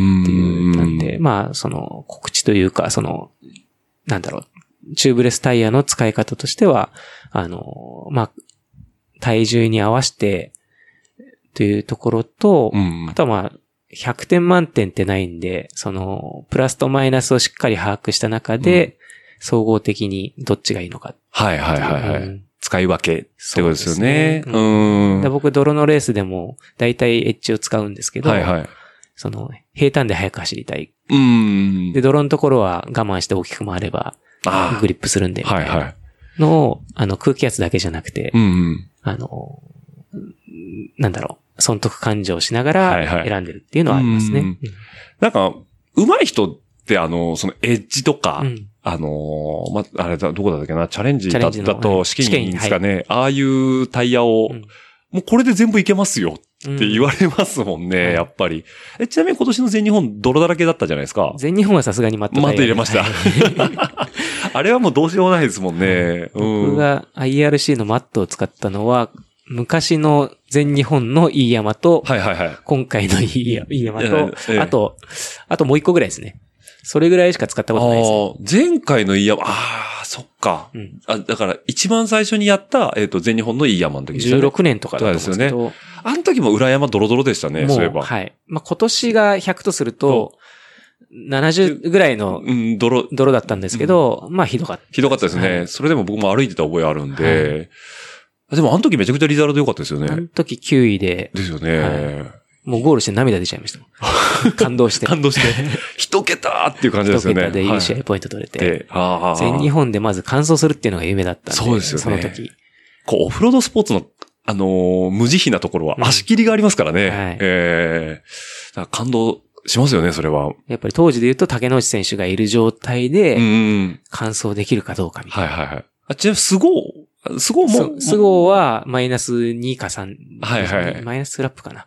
S2: ん
S1: う、なんで、まあ、その、告知というか、その、なんだろう、チューブレスタイヤの使い方としては、あの、まあ、体重に合わせて、というところと、
S2: うん
S1: あ。とはまあ、100点満点ってないんで、その、プラスとマイナスをしっかり把握した中で、総合的にどっちがいいのか。
S2: はいはいはいはい。
S1: うん
S2: 使い分けってことですよね。
S1: そううですね
S2: ん。
S1: で僕、泥のレースでも、大体エッジを使うんですけど、
S2: はいはい。
S1: その、平坦で速く走りたい。
S2: うん。
S1: で、泥のところは我慢して大きく回れば、
S2: あ
S1: グリップするんで、み
S2: あ。はい
S1: たい
S2: は。
S1: ないのを、あの、空気圧だけじゃなくて
S2: う、んうん。
S1: あの、うんなんだろう、損得感情しなが
S2: はいは
S1: ら
S2: い
S1: 選んでるっていうのはありますね。
S2: うん
S1: うん
S2: なんか、上手い人って、あの、そのエッジとか、
S1: うん
S2: あのーま、あれだ、どこだったっけな、チャレンジだ
S1: チャレ
S2: だ
S1: ンジのは
S2: と、
S1: い
S2: 試験員ですかね、ああいうタイヤを、
S1: うん
S2: もうこれで全部いけますよって言われますもんね、
S1: うん
S2: やっぱり。え、ちなみに今年の全日本、泥だらけだったじゃないですか。
S1: 全日本はさすがにマット
S2: マット入れま
S1: し
S2: した。あれはもうどうしようもないですもんね。うん。
S1: 僕が IRC のマットを使ったのは、昔の全日本のいい山と、
S2: はいはいはい。
S1: 今回のいいやいい山
S2: いや
S1: と、
S2: ええ
S1: あと、あともう一個ぐらいですね。それぐらいしか使ったことないですね。
S2: あー前回のいい山、ああ、そっか。
S1: うん
S2: あ、だから、一番最初にやった、えっ、と、全日本のいい山の時でしたね。
S1: 16年とかだと思うんですけど、
S2: あの時も裏山ドロドロでしたね、そういえ
S1: もう、
S2: ば。
S1: はい。まあ、今年が100とすると、70ぐらいの
S2: うん、泥、
S1: 泥だったんですけど、まあ、ひどかった。
S2: ひどかったですね。
S1: はい
S2: それでも僕も歩いてた覚えあるんで。でもあの時めちゃくちゃリザルト良かったですよ
S1: あの
S2: ね。
S1: 時9位で、
S2: ですよね。
S1: はもうゴールして涙出ちゃいま した。感動して。
S2: 感動 して、一桁っていう感じで
S1: 一
S2: すよね。
S1: 桁でいい試
S2: は
S1: 合ポイント取れ
S2: い
S1: て、
S2: でああ
S1: 全日本でまず完走するっていうのが夢だったんで、
S2: そうですよね
S1: その時。
S2: こう、オフロードスポーツの、あのー無慈悲なところは
S1: うん
S2: 足切りがありますからね。
S1: はい
S2: ええだから感動しますよね、それは。
S1: やっぱり当時で言うと竹之内選手がいる状態
S2: うん
S1: で、
S2: うん。
S1: 完走できるかどうかみたいな。
S2: はいはいはい。あ、ちなみに、スゴー、スゴーも、
S1: そスゴーはマイナス2か3。
S2: はいはい
S1: マイナスラップかな。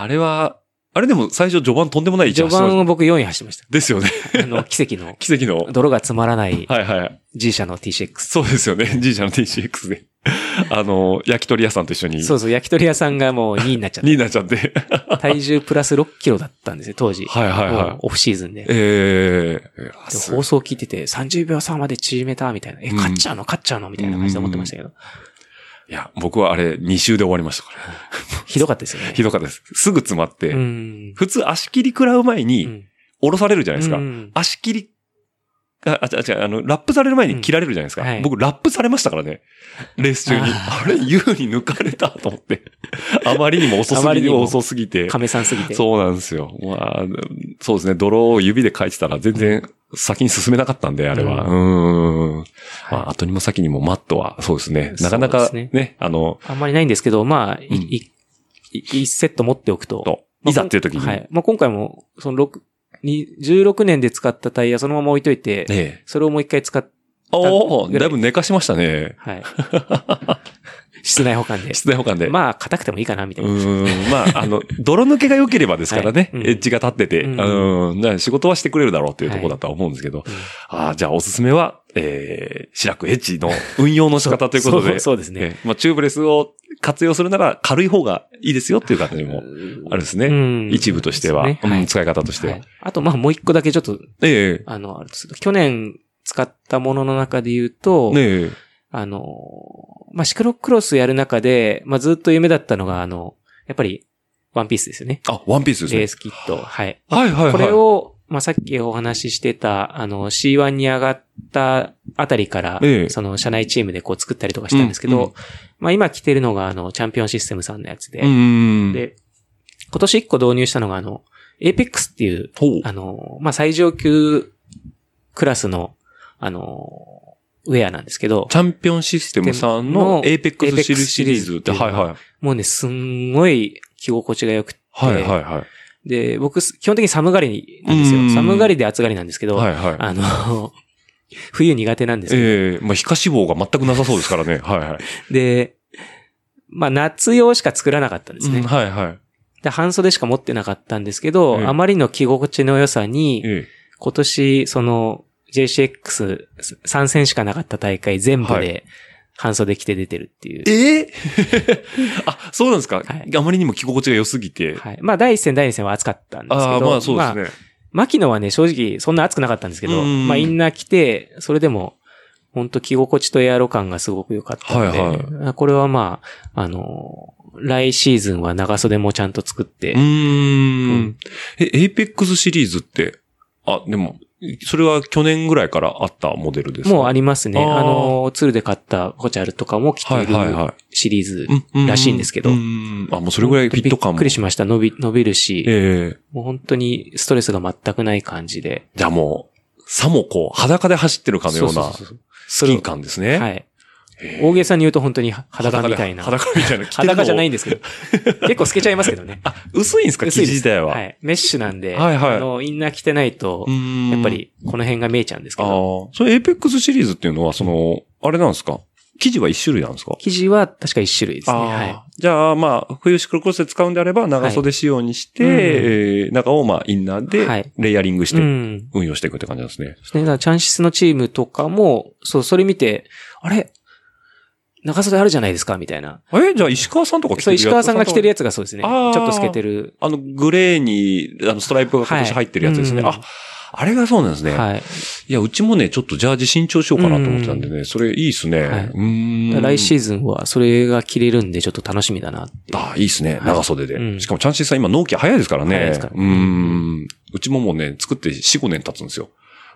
S2: あれは、あれでも最初序盤とんでもない位置
S1: 序
S2: 走ってま
S1: 盤を僕4位走ってまし
S2: すですよね。
S1: た。あの、奇跡の、
S2: 奇跡の。
S1: 泥がつまらない
S2: はいはい。
S1: G 社の TCX。
S2: そうですよね。じいちゃんの TCX で。 あの、焼き鳥屋さんと一緒に。
S1: そうそう、焼き鳥屋さんがもう2位になっちゃっ
S2: になっちゃって。
S1: た。体重プラス6キロだったんですよ、当時。
S2: はいはいはい
S1: もうオフシーズンで。
S2: ええ
S1: で放送聞いてて、30秒差まで縮めたみたいな。え、
S2: うん
S1: 勝っちゃうの勝っちゃうのみたいな感じで思ってましたけど。
S2: いや、僕はあれ、2周で終わりましたから。
S1: ひどかったですよね。
S2: ひどかったです。すぐ詰まって、
S1: うん。
S2: 普通足切り食らう前
S1: う
S2: に、
S1: ん
S2: 降ろされるじゃないですか。
S1: うん
S2: 足切り、あ、あ、違う違う、あの、ラップされる前に切られるじゃないですか。
S1: うんはい
S2: 僕、ラップされましたからね。レース中に。あ
S1: あ
S2: れ、優に抜かれたと思 って。あまりにも遅す
S1: あま
S2: ぎ
S1: りに
S2: て、
S1: も
S2: 遅すぎて。
S1: 亀さんすぎて。
S2: そうなんですよ。まあ、そうですね。泥を指で書いてたら全然先に進めなかったんで、あれは。う。
S1: うん
S2: ん
S1: はい
S2: まあ、後にも先にもマットは、そうですね。なかな
S1: そうで
S2: か
S1: す
S2: ね
S1: ね、
S2: あの、
S1: あんまりないんですけど、まあ、い
S2: うん
S1: いい一セット持っておくと。
S2: といざっていう時に。
S1: は。い。まあ、今回も、その六に16年で使ったタイヤそのまま置いといて、
S2: ええ。
S1: それをもう一回使っ、
S2: おお
S1: ぐ
S2: だ
S1: ら
S2: い
S1: い
S2: ぶ寝かしましたね。
S1: はい。室内保管で。
S2: 室内保管で。
S1: まあ、硬くてもいいかな、みた
S2: う
S1: いな。
S2: ーん。まあ、あの、泥抜けが良ければですからね。
S1: はいうん
S2: エッジが立ってて。う
S1: うん
S2: ん。だから仕事はしてくれるだろうっていうところだとは思うんですけど。ああ、じゃあおすすめは、えー、白くエッジの運用の仕方ということ
S1: そ
S2: で
S1: う。そうですね。
S2: ええまあ、チューブレスを活用するなら軽い方がいいですよっていう感じもあるんですね。
S1: うん
S2: 一部としては、
S1: そうですねはい
S2: うん使い方としては。
S1: はいあと、まあ、もう一個だけちょっと、
S2: え
S1: あの、あるとすると去年使ったものの中で言うと、
S2: えねえ。
S1: あの、まあ、シクロクロスやる中で、まあ、ずっと夢だったのが、あの、やっぱり、ワンピースですよね。
S2: あ、ワンピースです
S1: レ
S2: ね
S1: ー。スキット。はい。
S2: はいはいはい。
S1: これを、まあ、さっきお話ししてた、あの、C1 に上がったあたりから、
S2: ええ
S1: その、社内チームでこう作ったりとかしたんですけど、
S2: うんうん
S1: まあ、今着てるのが、あの、チャンピオンシステムさんのやつで、
S2: うん。
S1: で、今年一個導入したのが、あの、APEX っていう、
S2: ほう。
S1: あの、まあ、最上級クラスの、あの、ウェアなんですけど、
S2: チャンピオンシステムさんの
S1: の
S2: APEX シリーズ
S1: Apex
S2: シリーズって、
S1: シリーズって
S2: はいはい。
S1: もうね、すんごい着心地が良くて、
S2: はいはいはい。
S1: で、僕、基本的に寒がりなんです
S2: うんうんう
S1: よ。
S2: ん
S1: 寒がりで暑がりなんですけど、
S2: はいはい。
S1: あの、冬苦手なんですけど、
S2: ええまあ、皮下脂肪が全くなさそうですから ね。はいはい。
S1: で、まあ夏用しか作らなかったんですね。
S2: うんはいはい。
S1: で、半袖しか持ってなかったんですけど、
S2: ええ
S1: あまりの着心地の良さに、
S2: え
S1: 今年、その、JCX3 戦しかなかった大会全部
S2: は
S1: で、半袖着て出てるっていう
S2: え。。ええ あ、そうなんですか、
S1: はい
S2: あまりにも着心地が良すぎて。
S1: はい。まあ、第一戦、第二戦は暑かったんですけど。
S2: ああ、まあそうですね。
S1: 牧野はね、正直そんな暑くなかったんですけど、
S2: うん
S1: まあインナー着て、それでも、本当着心地とエアロ感がすごく良かったので、
S2: はい
S1: あこれはまあ、あのー来シーズンは長袖もちゃんと作って、
S2: うー。
S1: うん
S2: え、エイペックスシリーズって、あ、でも、それは去年ぐらいからあったモデルですか
S1: もうありますね。
S2: あー
S1: あの、ツールで買ったホチャルとかも着ている
S2: はいはいは
S1: シリーズ。
S2: うん
S1: らしいんですけど
S2: ううんあ、もうそれぐらいフィット感
S1: び
S2: も。
S1: っくりしました。伸び、伸びるし、
S2: ええ
S1: もう本当にストレスが全くない感じで。
S2: じゃあもう、さもこう、裸で走ってるかのような
S1: そうそうそう
S2: スキン感です
S1: そ
S2: ね。
S1: うはい。
S2: へえ
S1: 大げさに言うと本当に裸みたいな。
S2: 裸で裸みたいな。着てるの
S1: 裸じゃないんですけど。 結構透けちゃいますけどね。
S2: あ、薄いんですか
S1: 薄
S2: 生
S1: いです
S2: 地自体は。
S1: はい。メッシュなんで、
S2: はいはい
S1: あの、インナー着てないと、や
S2: や
S1: っぱ。りこの辺が見えちゃうんですけ
S2: ああ
S1: ど、
S2: ー。それエイペックスシリーズっていうのは、その、あれなんですか生地は一種類なんですか
S1: 生地は確か一種類ですね。はい
S2: あ。ーじゃあ、まあ、冬シクロクロスで使うんであれば、長袖仕様にして、
S1: はいう
S2: え
S1: ん
S2: ー中をまあ、インナー
S1: はい
S2: で、レイヤリングし
S1: う
S2: て、
S1: ん。
S2: 運用していくって感じなんですね。
S1: ね、だからチャンシスのチームとかも、そう、それ見て、あれ長袖あるじゃないですかみたいな。
S2: え、じゃあ、石川さんとか着て
S1: そう、
S2: る
S1: 石川さんが着てる
S2: やつ
S1: やつがそうですね。ち
S2: あ
S1: ょ
S2: ー
S1: っと透けてる。
S2: あの、グレーに、あの、ストライプが今年入ってるやつですね。
S1: はいうん
S2: あ、あれがそうなんですね。
S1: はい。
S2: い、や、うちもね、ちょっとジャージ新調しようかなと思ってたんでね、それいいっすね。
S1: はいう
S2: ーん。
S1: 来シ
S2: ー
S1: ーズンはそれが着れるんで、ちょっと楽しみだなっていう。
S2: あ、いいっすね。
S1: い
S2: 長袖で。
S1: うん
S2: しかも、チャンシーさん今、納期早いですからね。
S1: 早いですから
S2: うーん。うちももうね、作って4、5年経つんですよ。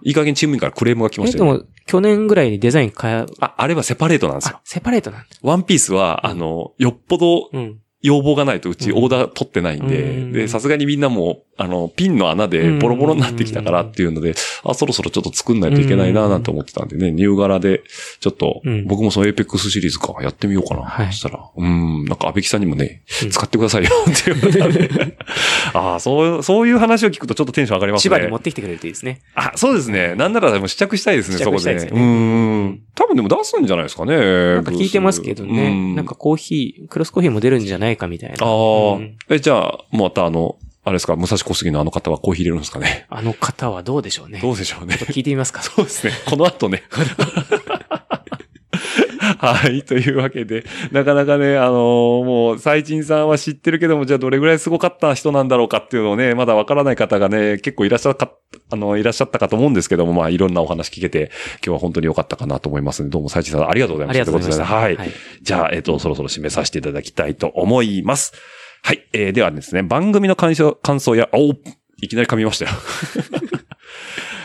S2: いい加減チーム員からクレームが来ま
S1: え、
S2: した
S1: で
S2: よ、ね。
S1: も、去年ぐらいにデザイン変え、
S2: あ、あれはセパレートなんですよ
S1: あ。、セパレートなんだ。
S2: ワンピースは、あの、よっぽど
S1: うん。
S2: 要望がないとうち
S1: う
S2: オ
S1: ん
S2: ーダー取ってないんで、
S1: うん
S2: で、さすがにみんなもう、あの、ピンの穴でボロボロになってきたからっていうので、あ、そろそろちょっと作んないといけないななんて思ってたんでね、ニュー柄で、ちょっと
S1: うん、
S2: 僕もそのエイペックスシリーズか、やってみようかな。
S1: はい
S2: そしたら、うん、なんか安倍木さんにもね、
S1: うん
S2: 使ってくだ さいよっていうことで。ああ、そう、そういう話を聞くとちょっとテンション上がります
S1: 千
S2: ね。
S1: 葉に持ってきてくれるといいですね。
S2: あ、そうですね。なんならでも試着したいですね、
S1: 試
S2: そ
S1: 着
S2: こ
S1: した
S2: で
S1: い
S2: ね。
S1: ですよ
S2: う
S1: ね
S2: ん。多分でも出すんじゃないですかね。な
S1: なんか聞いてますけどね。なんかコーヒー、クロスコーヒーも出るんじゃないかみたい
S2: あ
S1: な。
S2: あ、
S1: うん
S2: え、じゃあ、またあの、あれですか、武蔵小杉のあの方はコーヒー入れるんですか ね。
S1: あの方はどうでしょうね。ち
S2: ど
S1: ょ
S2: うでしょうね
S1: っ。と聞いてみますか。
S2: そうですね。この後ね。 はい。というわけで、なかなかね、あのーもう、最賃さんは知ってるけども、じゃあどれぐらいすごかった人なんだろうかっていうのをね、まだわからない方がね、結構いらっしゃったか、あの、いらっしゃったかと思うんですけども、まあ、いろんなお話聞けて、今日は本当に良かったかなと思いますので、どうも最賃さんありがとうござい
S1: あ
S2: ま
S1: り
S2: した。
S1: がとうございました。
S2: とうことではいじゃあ、えっ、と、そろそろ締めさせていただきたいと思います。はい。えー、ではですね、番組の感想、感想や、おいきなり噛みましたよ。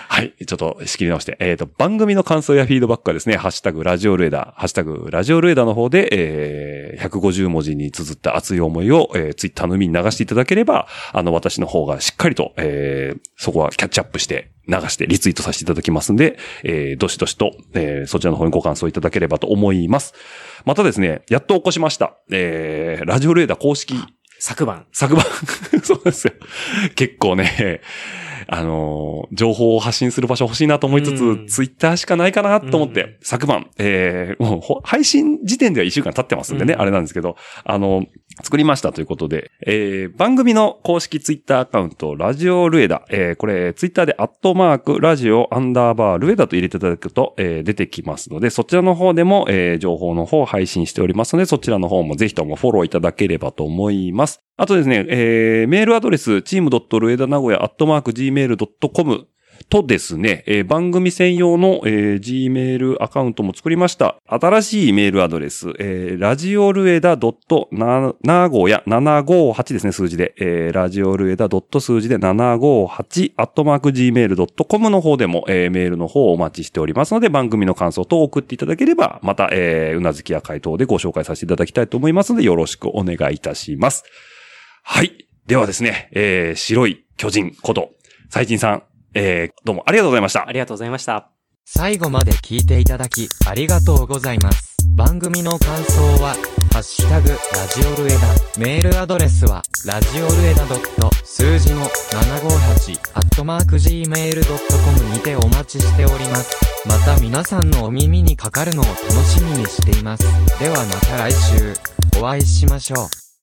S2: はい。ちょっと仕切り直して。えっ、と、番組の感想やフィードバックはですね、ハッシュタグラジオルエダ、ハッシュタグラジオルエダの方で、えー、150文字に綴った熱い思いを、えー、ツイッターの海に流していただければ、あの、私の方がしっかりと、えー、そこはキャッチアップして、流してリツイートさせていただきますんで、えー、どしどしと、えー、そちらの方にご感想いただければと思います。またですね、やっと起こしました。えー、ラジオルエダ公式
S1: 昨晩。
S2: 昨晩、 そうですよ。結構ね、あのー情報を発信する場所欲しいなと思いつつ、
S1: うん
S2: ツイッターしかないかなと思って、
S1: うん
S2: 昨晩、えーもうほ配信時点では1週間経ってますんでね、
S1: うん
S2: あれなんですけど、あの作りましたということで、えー番組の公式ツイッターアカウント、ラジオルエダ、えーこれ、ツイッターでアットマーク、ラジオ、アンダーバー、ルエダと入れていただくと、えー出てきますので、そちらの方でも、えー情報の方を配信しておりますので、そちらの方もぜひともフォローいただければと思います。あとですね、えーメールアドレス、チーム r u e d a n a g o y a g m a i l c o m とですね、えー番組専用の、えー Gmail アカウントも作りました。新しいメールアドレス、えー、ラジオルエダ7 5や758ですね、数字で。えー、ラジオルエダ数字で758、アットマーク gmail.com の方でも、えーメールの方をお待ちしておりますので、番組の感想等を送っていただければ、また、えーうなずきや回答でご紹介させていただきたいと思いますので、よろしくお願いいたします。はい。ではですね、えー白い巨人こと、最近さん、えーどうもありがとうございました
S1: あ。りがとうございました。
S3: 最後まで聞いていただき、ありがとうございます。番組の感想は、ハッシュタグ、ラジオルエダ。メールアドレスは、ラジオルエダドット、数字の758、アットマーク gmail.com にてお待ちしております。また皆さんのお耳にかかるのを楽しみにしています。ではまた来週、お会いしましょう。